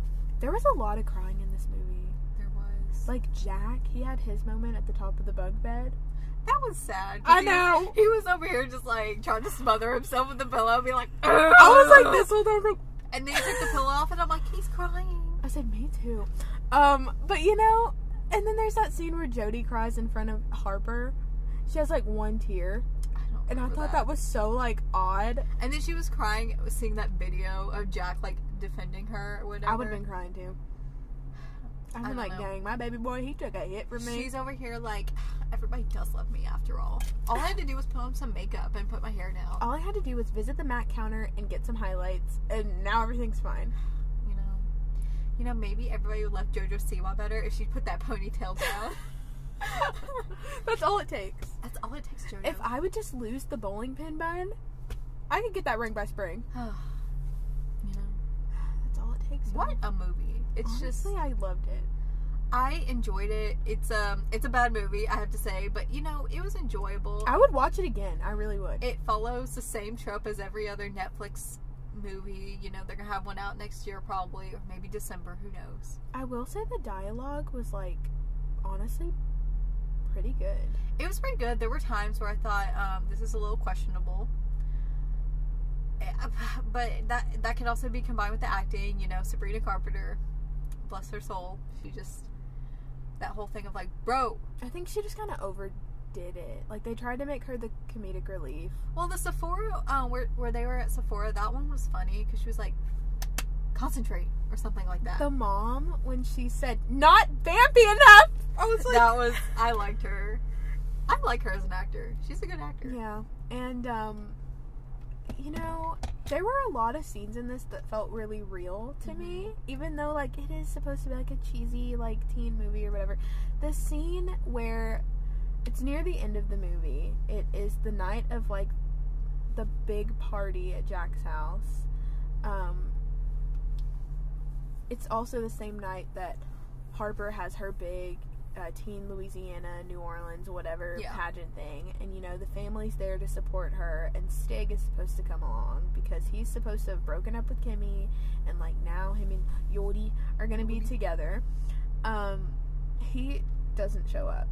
Speaker 1: There was a lot of crying in this movie.
Speaker 2: there was.
Speaker 1: Like Jack, he had his moment at the top of the bunk bed.
Speaker 2: that was sad. 'cause
Speaker 1: I
Speaker 2: he-
Speaker 1: know.
Speaker 2: He was over here just like trying to smother himself with the pillow, be like,
Speaker 1: I was
Speaker 2: Oh.
Speaker 1: like this whole time. like-
Speaker 2: and then he took the pillow off, and I'm like, he's crying.
Speaker 1: I said, me too. Um, but you know, and then there's that scene where Jody cries in front of Harper. She has like one tear,
Speaker 2: I don't
Speaker 1: And I
Speaker 2: remember
Speaker 1: thought that was so like odd.
Speaker 2: And then she was crying, seeing that video of Jack like defending her or whatever.
Speaker 1: I would have been crying too. I'm
Speaker 2: I don't
Speaker 1: like,
Speaker 2: know.
Speaker 1: dang, my baby boy, he took a hit from me.
Speaker 2: She's over here like, everybody does love me after all. All I had to do was put on some makeup and put my hair down.
Speaker 1: All I had to do was visit the Mac counter and get some highlights, and now everything's fine.
Speaker 2: You know, you know, maybe everybody would love JoJo Siwa better if she put that ponytail down.
Speaker 1: That's all it takes.
Speaker 2: That's all it takes, JoJo.
Speaker 1: If I would just lose the bowling pin bun, I could get that ring by spring.
Speaker 2: you know,
Speaker 1: That's all it takes.
Speaker 2: what a movie! It's
Speaker 1: Honestly,
Speaker 2: just
Speaker 1: I loved it.
Speaker 2: I enjoyed it. It's um, it's a bad movie, I have to say, but you know, it was enjoyable.
Speaker 1: I would watch it again. I really would.
Speaker 2: it follows the same trope as every other Netflix movie. You know, they're gonna have one out next year probably, or maybe December. Who knows?
Speaker 1: I will say the dialogue was like honestly pretty good.
Speaker 2: It was pretty good. There were times where I thought um, this is a little questionable, Eh, but that that can also be combined with the acting. You know, Sabrina Carpenter, bless her soul, she just that whole thing of like, bro.
Speaker 1: I think she just kind of overdid it. Like they tried to make her the comedic relief.
Speaker 2: Well, the Sephora um, where where they were at Sephora, that one was funny because she was like, concentrate or something like that.
Speaker 1: The mom when she said not vampy enough. I was like,
Speaker 2: that was I liked her. I like her as an actor. She's a good actor.
Speaker 1: yeah. And um, you know, there were a lot of scenes in this that felt really real to me, even though like it is supposed to be like a cheesy like teen movie or whatever. The scene where it's near the end of the movie. It is the night of like the big party at Jack's house. Um, it's also the same night that Harper has her big uh, teen Louisiana, New Orleans, whatever
Speaker 2: Yeah.
Speaker 1: pageant thing, and you know the family's there to support her, and Stig is supposed to come along because he's supposed to have broken up with Kimmy, and like now him and Yodi are gonna be
Speaker 2: Yodi.
Speaker 1: together. Um, he doesn't show up.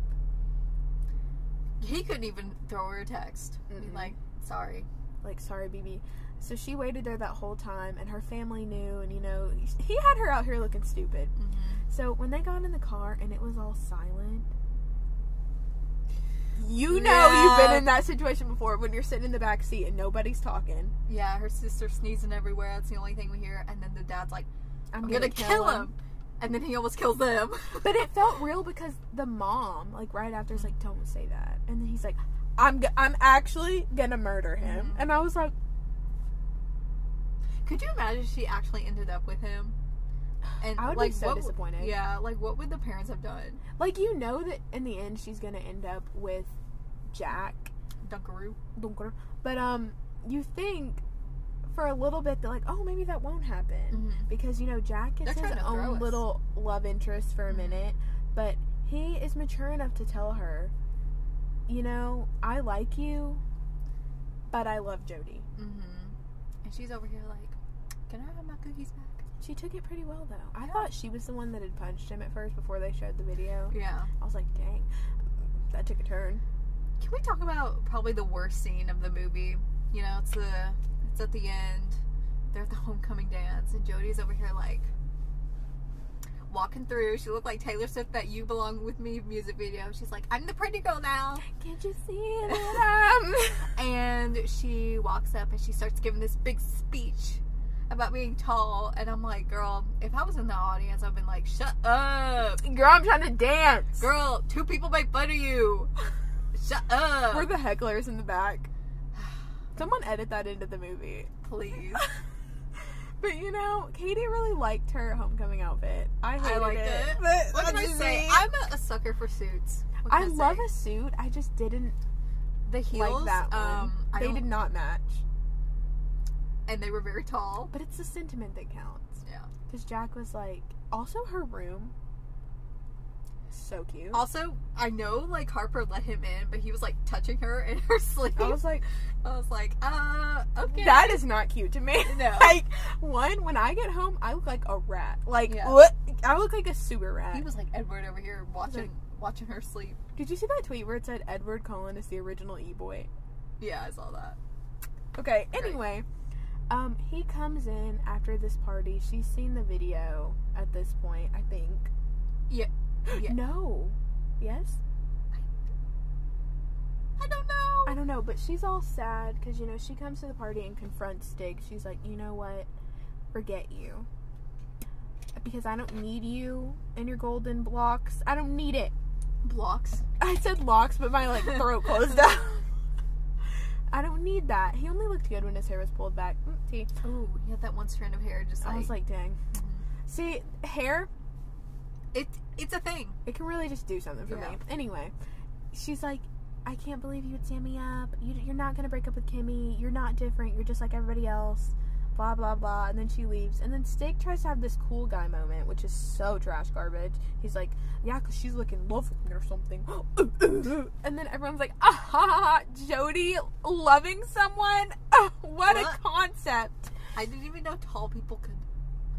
Speaker 2: He couldn't even throw her a text. Be
Speaker 1: Mm-mm.
Speaker 2: Like, sorry.
Speaker 1: like sorry bb so she waited there that whole time and her family knew and you know he had her out here looking stupid
Speaker 2: Mm-hmm.
Speaker 1: so when they got in the car and it was all silent you know you've been
Speaker 2: Yeah.
Speaker 1: in that situation before when you're sitting in the back seat and nobody's talking
Speaker 2: Yeah, her sister sneezing everywhere. That's the only thing we hear. And then the dad's like,
Speaker 1: i'm,
Speaker 2: I'm, gonna, kill, him. And then he almost kills them.
Speaker 1: but it felt real because the mom like right after is like don't say that and then he's like i'm g- i'm actually gonna murder him
Speaker 2: Mhm.
Speaker 1: and i was like
Speaker 2: Could you imagine if she actually ended up with him? And
Speaker 1: I would be
Speaker 2: like,
Speaker 1: so
Speaker 2: what, w-
Speaker 1: disappointed.
Speaker 2: Yeah, like what would the parents have done?
Speaker 1: like you know that in the end she's gonna end up with jack
Speaker 2: Dunkaroo.
Speaker 1: dunker. But um, you think for a little bit that like, oh, maybe that won't happen because you know Jack
Speaker 2: Mm-hmm. They're
Speaker 1: is his
Speaker 2: trying to throw
Speaker 1: own
Speaker 2: us.
Speaker 1: little love interest for a
Speaker 2: Mhm.
Speaker 1: minute, but he is mature enough to tell her, you know, I like you, but I love Jody.
Speaker 2: Mm-hmm. And she's over here like, can I have my cookies back?
Speaker 1: She took it pretty well though. I
Speaker 2: Yeah.
Speaker 1: thought she was the one that had punched him at first before they showed the video.
Speaker 2: Yeah.
Speaker 1: I was like, dang, that took a turn.
Speaker 2: Can we talk about probably the worst scene of the movie? You know, it's the it's at the end. They're at the homecoming dance, and Jody's over here like walking through. She looked like Taylor Swift that "You Belong with Me" music video. She's like, "I'm the pretty girl now,"
Speaker 1: Can't you see it? Um,
Speaker 2: and she walks up and she starts giving this big speech about being tall. And I'm like, "Girl, if I was in the audience, I've been like, shut up,
Speaker 1: girl, I'm trying to dance.
Speaker 2: girl. Two people make fun of you. Shut up,
Speaker 1: We're the hecklers in the back. Someone edit that into the movie.
Speaker 2: please."
Speaker 1: But you know, Katie really liked her homecoming outfit. I hated
Speaker 2: liked
Speaker 1: it.
Speaker 2: it.
Speaker 1: But
Speaker 2: What can I
Speaker 1: that's just
Speaker 2: say?
Speaker 1: me.
Speaker 2: I'm a, a sucker for suits. What
Speaker 1: I
Speaker 2: can say?
Speaker 1: love a suit. I just didn't
Speaker 2: the heels.
Speaker 1: like that one.
Speaker 2: Um, I
Speaker 1: they
Speaker 2: don't-
Speaker 1: did not match.
Speaker 2: and they were very tall.
Speaker 1: But it's the sentiment that counts.
Speaker 2: Yeah.
Speaker 1: Because Jack was like, also her room. So cute.
Speaker 2: Also, I know like Harper let him in, but he was like touching her in her sleep.
Speaker 1: I was like,
Speaker 2: I was like, uh, okay.
Speaker 1: that is not cute to me.
Speaker 2: No.
Speaker 1: like, one, when I get home, I look like a rat. Like,
Speaker 2: Yeah.
Speaker 1: what? I look like a super rat.
Speaker 2: he was like Edward over here watching watching her sleep.
Speaker 1: Did you see that tweet where it said Edward Cullen is the original e boy?
Speaker 2: Yeah, I saw that.
Speaker 1: Okay,
Speaker 2: Great.
Speaker 1: anyway. Um, he comes in after this party. She's seen the video at this point, I think.
Speaker 2: Yeah. Yeah.
Speaker 1: No. Yes?
Speaker 2: I don't know.
Speaker 1: I I don't know, but she's all sad because, you know, she comes to the party and confronts Stig. She's like, you know what? Forget you. Because I don't need you and your golden blocks. I don't need it.
Speaker 2: Blocks.
Speaker 1: I said locks, but my like throat closed up. I don't need that. He only looked good when his hair was pulled back. Mm, see,
Speaker 2: Ooh, he had that one strand of hair just like,
Speaker 1: I was like, dang.
Speaker 2: Mhm.
Speaker 1: See, hair,
Speaker 2: it it's a thing.
Speaker 1: it can really just do something for
Speaker 2: Yeah.
Speaker 1: me. Anyway, she's like, I can't believe you would stand me up. You, you're not gonna break up with Kimmy. You're not different. You're just like everybody else. Blah blah blah. And then she leaves. And then Stig tries to have this cool guy moment, which is so trash garbage. He's like, Yeah, 'cause she's looking love with me or something. and then everyone's like, Ah ha, ha, ha, Jody loving someone. Ah, what a
Speaker 2: What?
Speaker 1: concept.
Speaker 2: I didn't even know tall people could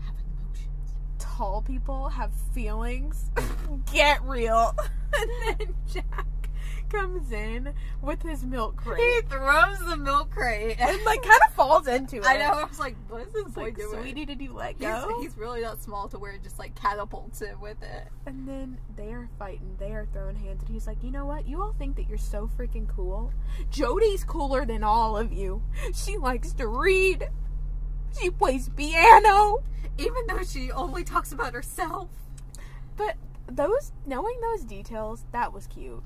Speaker 2: have emotions.
Speaker 1: tall people have feelings. Get real. and then Jack comes in with his milk crate
Speaker 2: He throws the milk crate
Speaker 1: and like kind of falls into it.
Speaker 2: I know. I was like, what is this
Speaker 1: It's
Speaker 2: boy
Speaker 1: like,
Speaker 2: doing?
Speaker 1: sweetie, did you let
Speaker 2: He's,
Speaker 1: go?
Speaker 2: he's really not small to where it just like catapults him with it.
Speaker 1: and then they are fighting. They are throwing hands, and he's like, "You know what? You all think that you're so freaking cool. Jody's cooler than all of you. She likes to read. She plays piano.
Speaker 2: Even though she only talks about herself.
Speaker 1: But those knowing those details, that was cute.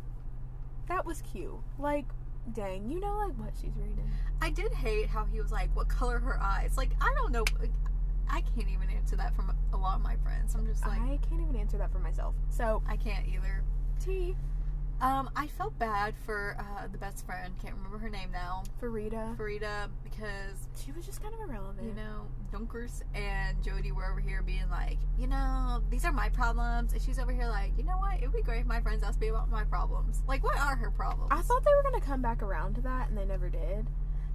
Speaker 1: That was cute. Like, dang, you know like what she's reading.
Speaker 2: I did hate how he was like, what color her eyes? Like, I don't know. Like, I can't even answer that from a lot of my friends. I'm just like,
Speaker 1: I can't even answer that for myself. So
Speaker 2: I can't either.
Speaker 1: T
Speaker 2: Um, I felt bad for uh, the best friend. Can't remember her name now.
Speaker 1: for Rita.
Speaker 2: Farida, because
Speaker 1: She was just kind of irrelevant.
Speaker 2: you know, Dunkers and Jody were over here being like, you know, these are my problems, and she's over here like, you know what? It would be great if my friends asked me about my problems. Like, what are her problems?
Speaker 1: I thought they were gonna come back around to that, and they never did.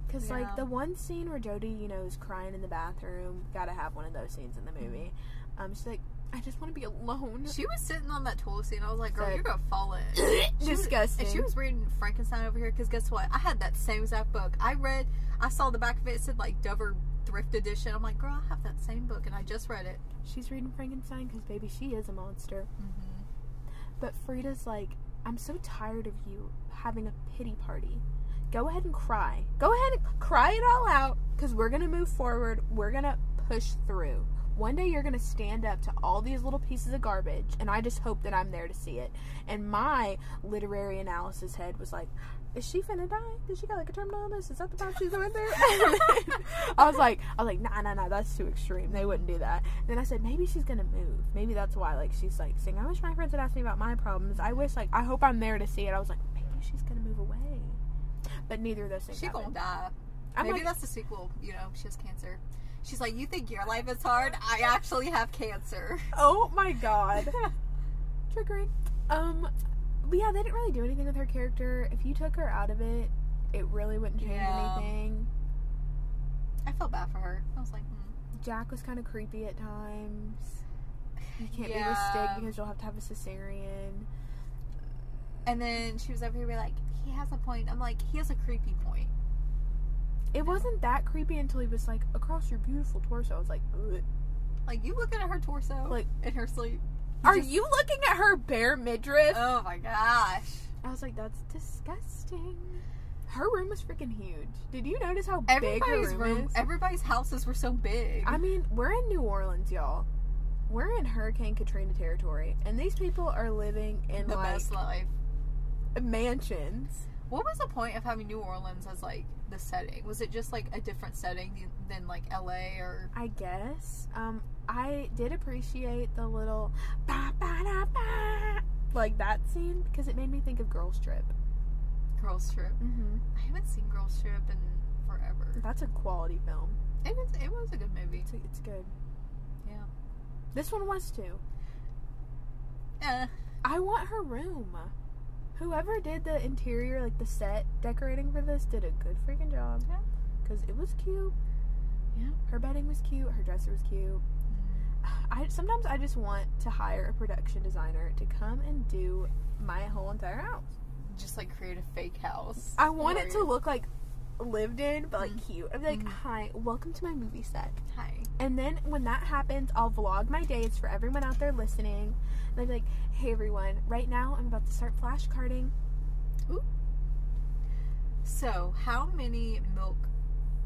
Speaker 1: Cause
Speaker 2: Yeah.
Speaker 1: like the one scene where Jody, you know, is crying in the bathroom. Gotta have one of those scenes in the movie. Um, she's like, I just want to be alone.
Speaker 2: Mm-hmm. she was sitting on that toilet seat, and I was like, girl,
Speaker 1: Said-
Speaker 2: you're gonna fall in. She was-
Speaker 1: Disgusting.
Speaker 2: and she was reading Frankenstein over here because guess what? I had that same exact book. I read, I saw the back of it, it said like Dover Thrift Edition. I'm like, girl, I have that same book, and I just read it.
Speaker 1: she's reading Frankenstein because baby, she is a monster.
Speaker 2: Mm-hmm.
Speaker 1: But Frida's like, I'm so tired of you having a pity party. Go ahead and cry. Go ahead and cry it all out because we're going to move forward. We're going to push through. One day you're going to stand up to all these little pieces of garbage, and I just hope that I'm there to see it. And my literary analysis head was like, Is she finna die? Did she got like a terminal illness? Is that the time she's going through? I was like, I was like, nah, nah, nah, that's too extreme. They wouldn't do that. then I said, maybe she's gonna move. Maybe that's why. Like she's like saying, I wish my friends would ask me about my problems. I wish, like, I hope I'm there to see it. I was like, maybe she's gonna move away. But neither of those things.
Speaker 2: She gonna
Speaker 1: happened.
Speaker 2: die.
Speaker 1: I'm
Speaker 2: Maybe
Speaker 1: like,
Speaker 2: that's the sequel. You know, she has cancer. She's like, you think your life is hard? I actually have cancer.
Speaker 1: oh my god, triggering. Um, but yeah, they didn't really do anything with her character. If you took her out of it, it really wouldn't change
Speaker 2: Yeah.
Speaker 1: anything.
Speaker 2: I felt bad for her. I was like, hmm.
Speaker 1: Jack was kind of creepy at times. You can't be with Stig
Speaker 2: Yeah.
Speaker 1: because you'll have to have a cesarean.
Speaker 2: and then she was over here like, he has a point. I'm like, he has a creepy point.
Speaker 1: It wasn't that creepy until he was like across your beautiful torso. I was like, "Ugh."
Speaker 2: Like you looking at her torso,
Speaker 1: Like-
Speaker 2: in her sleep.
Speaker 1: "Are
Speaker 2: Just-
Speaker 1: you looking at her bare midriff?"
Speaker 2: Oh my gosh.
Speaker 1: I was like, "That's disgusting." Her room was freaking huge. Did you notice how big her
Speaker 2: Everybody's
Speaker 1: room,
Speaker 2: room,
Speaker 1: is?
Speaker 2: everybody's houses were so big.
Speaker 1: I mean, we're in New Orleans, y'all. We're in Hurricane Katrina territory, and these people are living in
Speaker 2: the
Speaker 1: like
Speaker 2: best life.
Speaker 1: mansions.
Speaker 2: What was the point of having New Orleans as like the setting? Was it just like a different setting than like LA or?
Speaker 1: I guess. Um, I did appreciate the little ba ba da ba like that scene because it made me think of Girls Trip.
Speaker 2: Girls Trip.
Speaker 1: Mm-hmm.
Speaker 2: I haven't seen Girls Trip in forever.
Speaker 1: That's a quality film.
Speaker 2: It was it was a good movie.
Speaker 1: It's, it's good.
Speaker 2: Yeah.
Speaker 1: This one was too.
Speaker 2: Eh,
Speaker 1: I want her room. Whoever did the interior, like the set decorating for this, did a good freaking job.
Speaker 2: Yeah.
Speaker 1: Because it was cute.
Speaker 2: Yeah.
Speaker 1: Her bedding was cute. Her dresser was cute. I sometimes I just want to hire a production designer to come and do my whole entire house.
Speaker 2: just like create a fake house.
Speaker 1: I want
Speaker 2: Or-
Speaker 1: it to look like lived in, but like
Speaker 2: Mhm.
Speaker 1: cute. I'm like,
Speaker 2: Mhm.
Speaker 1: hi, welcome to my movie set.
Speaker 2: Hi.
Speaker 1: And then when that happens, I'll vlog my days for everyone out there listening. And I'll be like, hey everyone, right now I'm about to start flashcarding.
Speaker 2: Ooh. So, how many milk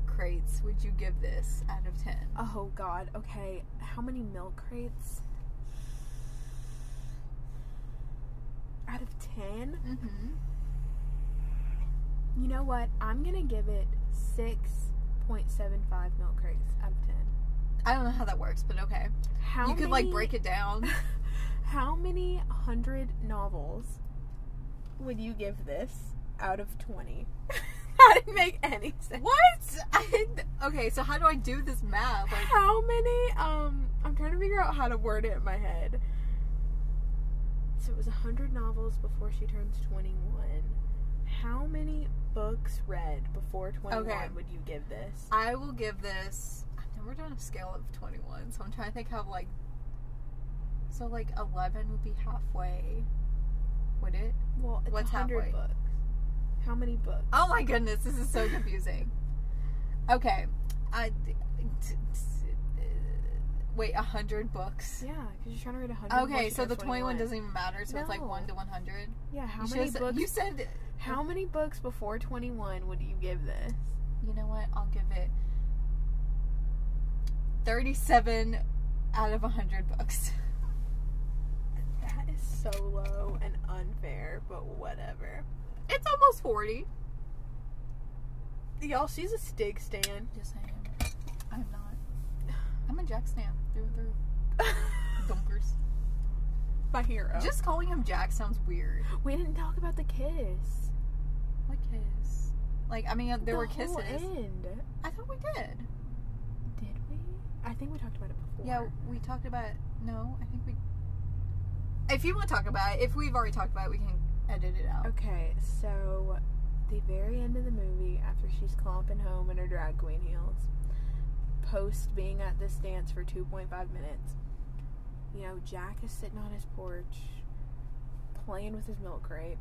Speaker 2: crates would you give this out of 10?
Speaker 1: Oh God. Okay. How many milk crates? Out of ten?
Speaker 2: Mm hmm.
Speaker 1: You know what? I'm gonna give it six point seven five milk crates out of ten.
Speaker 2: I don't know how that works, but okay.
Speaker 1: How
Speaker 2: you could like
Speaker 1: many-
Speaker 2: break it down.
Speaker 1: How many hundred novels would you give this out of 20? that didn't make any sense.
Speaker 2: what? I, okay, so how do I do this math? Like,
Speaker 1: How many, um, I'm trying to figure out how to word it in my head. So it was 100 novels before she turns 21. How many books read before 21
Speaker 2: Okay.
Speaker 1: would you give this?
Speaker 2: I will give this. I've never done a scale of 21, so I'm trying to think how like. So like 11 would be halfway. Would it?
Speaker 1: Well, it's
Speaker 2: What's
Speaker 1: 100
Speaker 2: halfway?
Speaker 1: books. How many books?
Speaker 2: Oh my goodness, this is so confusing. okay, I. T- t- t- wait, 100 books.
Speaker 1: Yeah, because you're trying to read 100 before
Speaker 2: Okay,
Speaker 1: she
Speaker 2: so the
Speaker 1: turns
Speaker 2: 21 doesn't even matter, so it's like
Speaker 1: No.
Speaker 2: 1 to 100.
Speaker 1: Yeah, how
Speaker 2: you
Speaker 1: many
Speaker 2: should've said-
Speaker 1: books?
Speaker 2: You said
Speaker 1: How many books before 21 would you give this?
Speaker 2: you know what? I'll give it 37 out of 100 books.
Speaker 1: That is so low and unfair, but whatever.
Speaker 2: It's almost 40.
Speaker 1: Y'all, she's a stig stand.
Speaker 2: Just saying. I'm not. I'm a Jack Stan through and through. Dunkers.
Speaker 1: My hero.
Speaker 2: Just calling him Jack sounds weird.
Speaker 1: we didn't talk about the kiss.
Speaker 2: What kiss? Like, I mean, Uh, there
Speaker 1: The
Speaker 2: were kisses.
Speaker 1: whole end.
Speaker 2: I thought we did.
Speaker 1: Did we? I think we talked about it before.
Speaker 2: Yeah, we talked about. No, I think we. If you want to talk about it, if we've already talked about it, we can edit it out.
Speaker 1: Okay, so the very end of the movie, after she's clomping home in her drag queen heels, post being at this dance for 2.5 minutes, you know, Jack is sitting on his porch playing with his milk crate.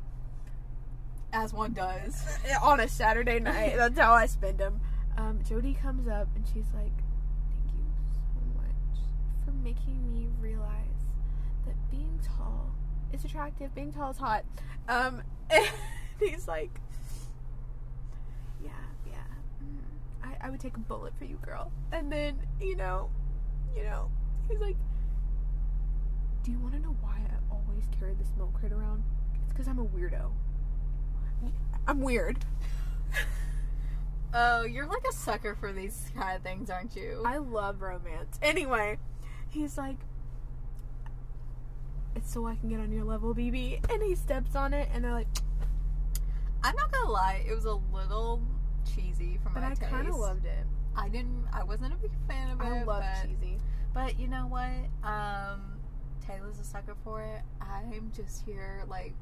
Speaker 1: eh,
Speaker 2: As one does.
Speaker 1: on a Saturday night. That's how I spend them. Um, Jody comes up and she's like, "Thank you so much for making me realize that being tall is attractive. Being tall is hot." Um, and he's like, "Yeah, yeah, mm, I, I would take a bullet for you, girl." And then you know, you know, he's like, "Do you want to know why I always carry this milk crate around? It's because I'm a weirdo. I'm weird."
Speaker 2: Oh, you're like a sucker for these kind of things, aren't you?
Speaker 1: I love romance. Anyway, he's like, it's so I can get on your level, BB. And he steps on it, and they're like,
Speaker 2: I'm not gonna lie, it was a little cheesy for
Speaker 1: but
Speaker 2: my
Speaker 1: I
Speaker 2: taste.
Speaker 1: kind of loved it.
Speaker 2: I didn't. I wasn't a big fan of it.
Speaker 1: I love
Speaker 2: but,
Speaker 1: cheesy.
Speaker 2: But you know what? Um, Taylor's a sucker for it. I'm just here like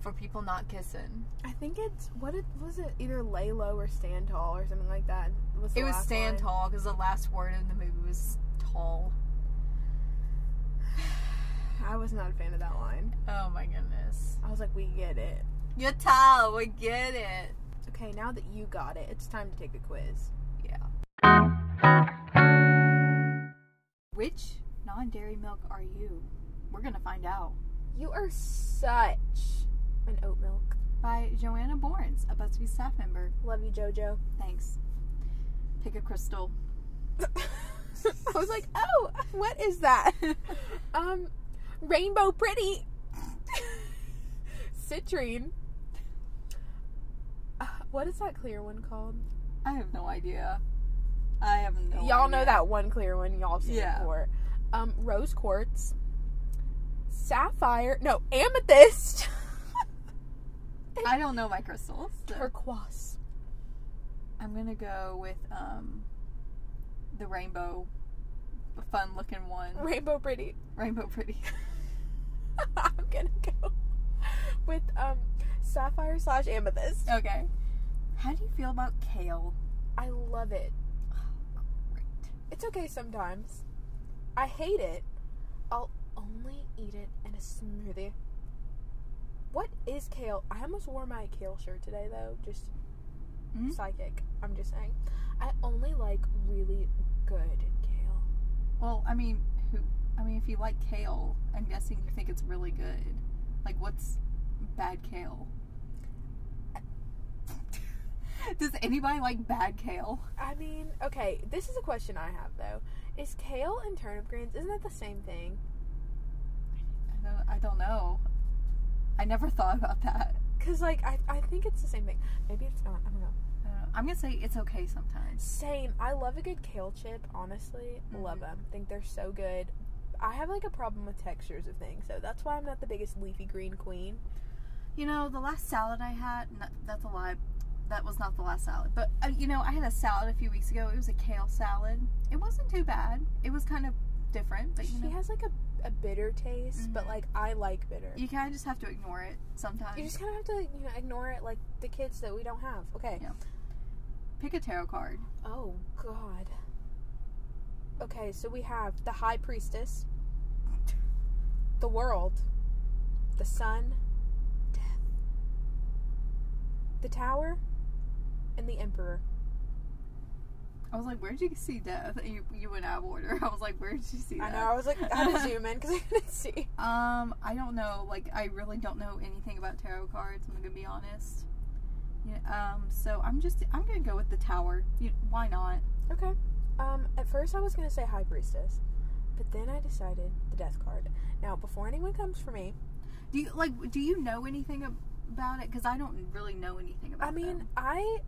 Speaker 2: for people not kissing.
Speaker 1: I think it's, what it, was it? Either lay low or stand tall or something like that. Was the
Speaker 2: it was
Speaker 1: last
Speaker 2: stand
Speaker 1: line.
Speaker 2: tall because the last word in the movie was tall.
Speaker 1: I was not a fan of that line.
Speaker 2: Oh my goodness!
Speaker 1: I was like, we get it.
Speaker 2: You're tall. We get it.
Speaker 1: Okay, now that you got it, it's time to take a quiz.
Speaker 2: Yeah. Which non-dairy milk are you? We're gonna find out.
Speaker 1: You are such an oat milk.
Speaker 2: By Joanna Borns, a BuzzFeed staff member.
Speaker 1: Love you, JoJo.
Speaker 2: Thanks. Pick a crystal.
Speaker 1: I was like, oh, what is that? um, rainbow pretty. Citrine. Uh, what is that clear one called?
Speaker 2: I have no idea. I have no.
Speaker 1: y'all know
Speaker 2: idea.
Speaker 1: that one clear one y'all have seen
Speaker 2: Yeah.
Speaker 1: before. Um, rose quartz. Sapphire. No, amethyst.
Speaker 2: I don't know my crystals. so-
Speaker 1: Turquoise.
Speaker 2: I'm gonna go with um, the rainbow, fun looking one.
Speaker 1: Rainbow pretty.
Speaker 2: Rainbow pretty.
Speaker 1: I'm gonna go with um sapphire slash amethyst.
Speaker 2: Okay. How do you feel about kale?
Speaker 1: I love it. Oh,
Speaker 2: Great.
Speaker 1: It's okay sometimes. I hate it. I'll only eat it in a smoothie. What is kale? I almost wore my kale shirt today though, just
Speaker 2: Mm.
Speaker 1: psychic. I'm just saying. I only like really good kale.
Speaker 2: Well, I mean, who? I mean, if you like kale, I'm guessing you think it's really good. Like, what's bad kale? Does anybody like bad kale?
Speaker 1: I mean, okay, this is a question I have though. Is kale and turnip greens isn't that the same thing?
Speaker 2: I don't, I don't know. I never thought about that.
Speaker 1: Cause like I, I think it's the same thing. Maybe it's not. I don't know.
Speaker 2: I don't know. Uh, I'm gonna say it's okay sometimes.
Speaker 1: Same. I love a good kale chip. Honestly, love
Speaker 2: Mhm.
Speaker 1: them. Think they're so good. I have like a problem with textures of things, so that's why I'm not the biggest leafy green queen.
Speaker 2: You know, the last salad I had, n that's a lie. That was not the last salad. But, uh, you know, I had a salad a few weeks ago. It was a kale salad. It wasn't too bad. It was kind of different, but you
Speaker 1: she
Speaker 2: know,
Speaker 1: has like a, a bitter taste, but
Speaker 2: Mhm.
Speaker 1: like I like bitter. You,
Speaker 2: you kind of just have to ignore it sometimes.
Speaker 1: just kind of have to you know ignore it, like the kids that we don't have. Okay.
Speaker 2: Yeah. Pick a tarot card.
Speaker 1: Oh God. Okay, so we have the High Priestess, the World, the Sun, Death, the Tower, and the Emperor.
Speaker 2: I was like, where'd you see death? And you, you went out of order. I was like, where'd you see
Speaker 1: I
Speaker 2: that?
Speaker 1: know. I was like, I had to zoom in because I couldn't see.
Speaker 2: Um, I don't know. Like, I really don't know anything about tarot cards. I'm gonna be honest. Yeah, um, so I'm just I'm gonna go with the tower. You, why not?
Speaker 1: Okay. Um, at first I was gonna say High Priestess, but then I decided the Death card. Now, before anyone comes for me,
Speaker 2: Do you like? Do you know anything ab- about it? Because I don't really know anything about.
Speaker 1: I mean,
Speaker 2: them.
Speaker 1: I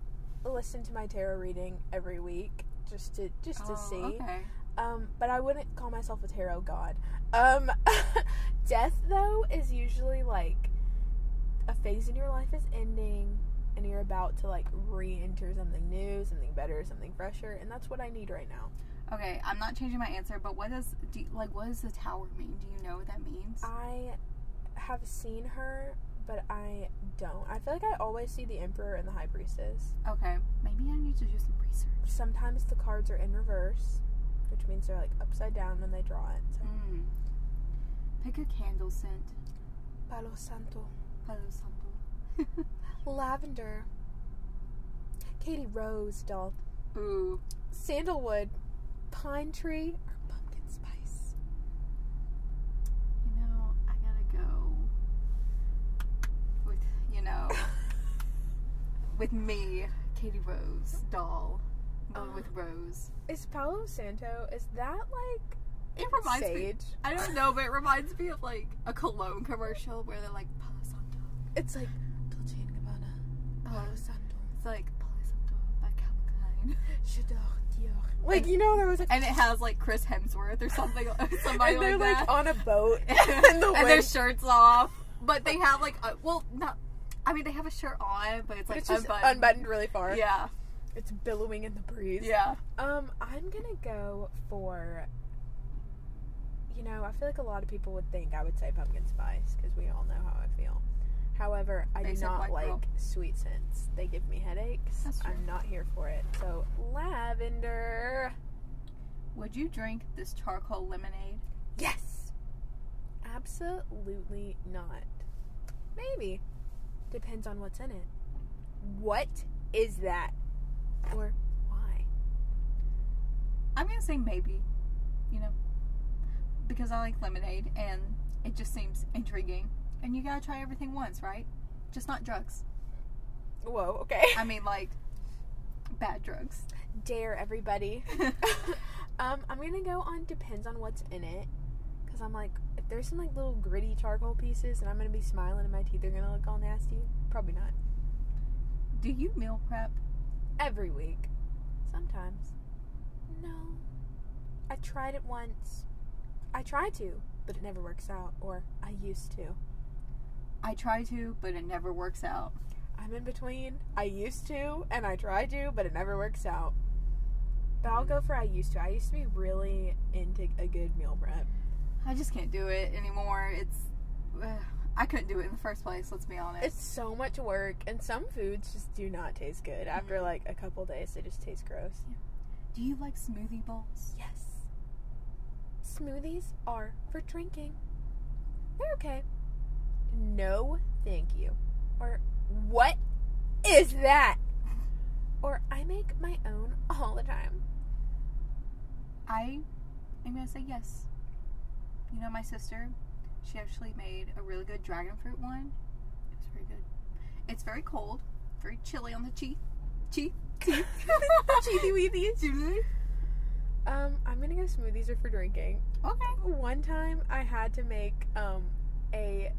Speaker 1: listen to my tarot reading every week just to just to
Speaker 2: Oh,
Speaker 1: see.
Speaker 2: Okay.
Speaker 1: Um, but I wouldn't call myself a tarot god. Um, death though is usually like a phase in your life is ending and you're about to like re-enter something new, something better, something fresher, and that's what I need right now.
Speaker 2: Okay. I'm not changing my answer. But what does do you, like? What does the tower mean? Do you know what that
Speaker 1: Uh,
Speaker 2: means?
Speaker 1: I have seen her, but I don't. I feel like I always see the Emperor and the High Priestess.
Speaker 2: okay. Maybe I need to do some research.
Speaker 1: Sometimes the cards are in reverse, which means they're like upside down when they draw it. So.
Speaker 2: Mm. Pick a candle scent.
Speaker 1: Palo Santo,
Speaker 2: Palo Santo.
Speaker 1: lavender, Katie Rose doll,
Speaker 2: Ooh.
Speaker 1: sandalwood, pine tree, or pumpkin spice.
Speaker 2: You know, I gotta go with, you know, with me, Katie Rose, doll. Going with
Speaker 1: Uh,
Speaker 2: Rose.
Speaker 1: is Palo Santo? Is that like
Speaker 2: It reminds me.
Speaker 1: sage?
Speaker 2: I don't know, but it reminds me of like a cologne commercial where they're like Palo Santo.
Speaker 1: It's like Dolce and Gabbana, Ah. Palo Santo,
Speaker 2: It's like Palo Santo by Calvin Klein,
Speaker 1: J'adore Dior. Like you know, there was like
Speaker 2: and it has like Chris Hemsworth or something, somebody
Speaker 1: and they're
Speaker 2: like
Speaker 1: like,
Speaker 2: that.
Speaker 1: on a boat in
Speaker 2: and
Speaker 1: the
Speaker 2: their
Speaker 1: wind.
Speaker 2: shirts off, but they have like a, well, not. I mean, they have a shirt on, but it's
Speaker 1: But
Speaker 2: like
Speaker 1: it's just unbuttoned.
Speaker 2: unbuttoned.
Speaker 1: really far.
Speaker 2: Yeah,
Speaker 1: It's billowing in the breeze.
Speaker 2: yeah.
Speaker 1: Um, I'm gonna go for you know, I feel like a lot of people would think I would say pumpkin spice because we all know how I feel. However, I do
Speaker 2: Basic
Speaker 1: not
Speaker 2: white
Speaker 1: like
Speaker 2: girl.
Speaker 1: sweet scents. They give me headaches.
Speaker 2: That's true.
Speaker 1: I'm not here for it. So lavender.
Speaker 2: Would you drink this charcoal lemonade?
Speaker 1: Yes. Absolutely not. Maybe. Depends on what's in it. What is that? Or why?
Speaker 2: I'm gonna say maybe, you know, because I like lemonade and it just seems intriguing. And you gotta try everything once, right? Just not drugs.
Speaker 1: Whoa, okay.
Speaker 2: I mean, like bad drugs.
Speaker 1: Dare everybody. um, I'm gonna go on depends on what's in it. Cause I'm like, if there's some like little gritty charcoal pieces and I'm gonna be smiling and my teeth are gonna look all nasty, probably not.
Speaker 2: Do you meal prep?
Speaker 1: Every week. Sometimes. No. I tried it once. I try to, but it never works out. Or I used to.
Speaker 2: I try to, but it never works out.
Speaker 1: I'm in between. I used to, and I tried to, but it never works out. But I'll go for I used to. I used to be really into a good meal prep.
Speaker 2: I just can't do it anymore. It's ugh, I couldn't do it in the first place. Let's be honest.
Speaker 1: It's so much work, and some foods just do not taste good. After
Speaker 2: Mhm.
Speaker 1: like a couple days, they just taste gross.
Speaker 2: do you like smoothie bowls?
Speaker 1: Yes. Smoothies are for drinking. They're okay. No, thank you. Or, what is that? Or, I make my own all the time.
Speaker 2: I am gonna say yes. You know, my sister, she actually made a really good dragon fruit one. It was very good. It's very cold, very chilly on the cheek, Cheat.
Speaker 1: Cheaty weeties.
Speaker 2: Cheaty.
Speaker 1: Um, I'm gonna go smoothies are for drinking.
Speaker 2: Okay.
Speaker 1: One time I had to make um a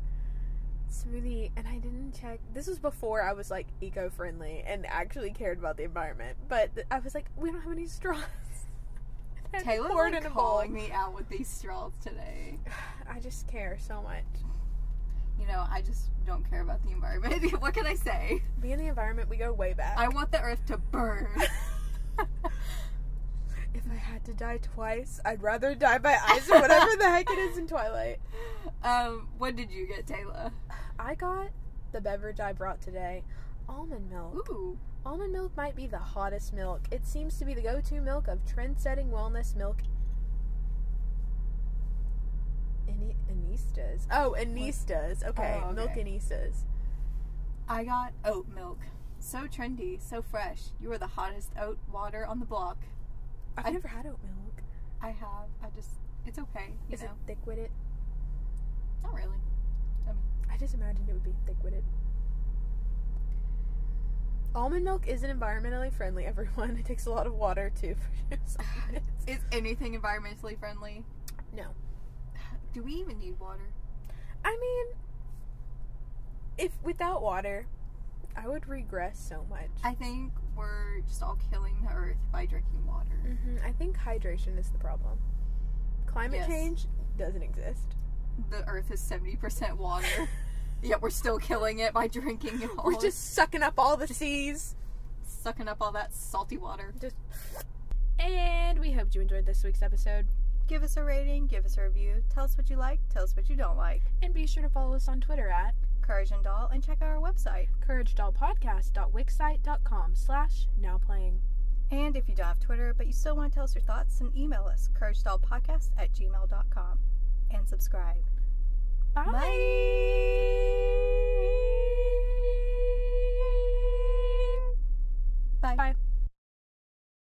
Speaker 1: smoothie and I didn't check. This was before I was like eco friendly and actually cared about the environment. But th- I was like, we don't have any straws. And I
Speaker 2: Taylor
Speaker 1: poured
Speaker 2: like
Speaker 1: in a bowl.
Speaker 2: calling me out with these straws today.
Speaker 1: I just care so much.
Speaker 2: You know, I just don't care about the environment. what can I say?
Speaker 1: Me and the environment, we go way back.
Speaker 2: I want the earth to burn.
Speaker 1: if I had to die twice, I'd rather die by ice or whatever the heck it is in Twilight.
Speaker 2: um, what did you get, Taylor?
Speaker 1: I got the beverage I brought today almond milk.
Speaker 2: Ooh.
Speaker 1: Almond milk might be the hottest milk. It seems to be the go to milk of trend setting wellness milk. Ani- Anistas. Oh, Anistas. Okay.
Speaker 2: Oh, okay.
Speaker 1: Milk Anistas.
Speaker 2: I got oat milk. So trendy, so fresh. You are the hottest oat water on the block.
Speaker 1: I've
Speaker 2: I-
Speaker 1: never had oat milk.
Speaker 2: I have. I just. It's okay. You
Speaker 1: Is
Speaker 2: know.
Speaker 1: it thick witted?
Speaker 2: Not really.
Speaker 1: I just imagined it would be thick witted. Almond milk isn't environmentally friendly, everyone. It takes a lot of water to produce almonds.
Speaker 2: Is anything environmentally friendly?
Speaker 1: No.
Speaker 2: Do we even need water?
Speaker 1: I mean, if without water, I would regress so much.
Speaker 2: I think we're just all killing the earth by drinking water.
Speaker 1: hmm I think hydration is the problem. Climate
Speaker 2: Yes.
Speaker 1: change doesn't exist.
Speaker 2: The earth is 70% water. Yet we're still killing it by drinking it all.
Speaker 1: We're just sucking up all the seas.
Speaker 2: sucking up all that salty water.
Speaker 1: Just. And we hoped you enjoyed this week's episode.
Speaker 2: Give us a rating, give us a review, tell us what you like, tell us what you don't like.
Speaker 1: And be sure to follow us on Twitter at
Speaker 2: Courage and Doll, and check out our website.
Speaker 1: couragedollpodcast.wixsite.com slash now playing.
Speaker 2: And if you don't have Twitter but you still want to tell us your thoughts, then email us, couragedollpodcast at gmail.com. And subscribe.
Speaker 1: Bye.
Speaker 2: Bye.
Speaker 1: Bye.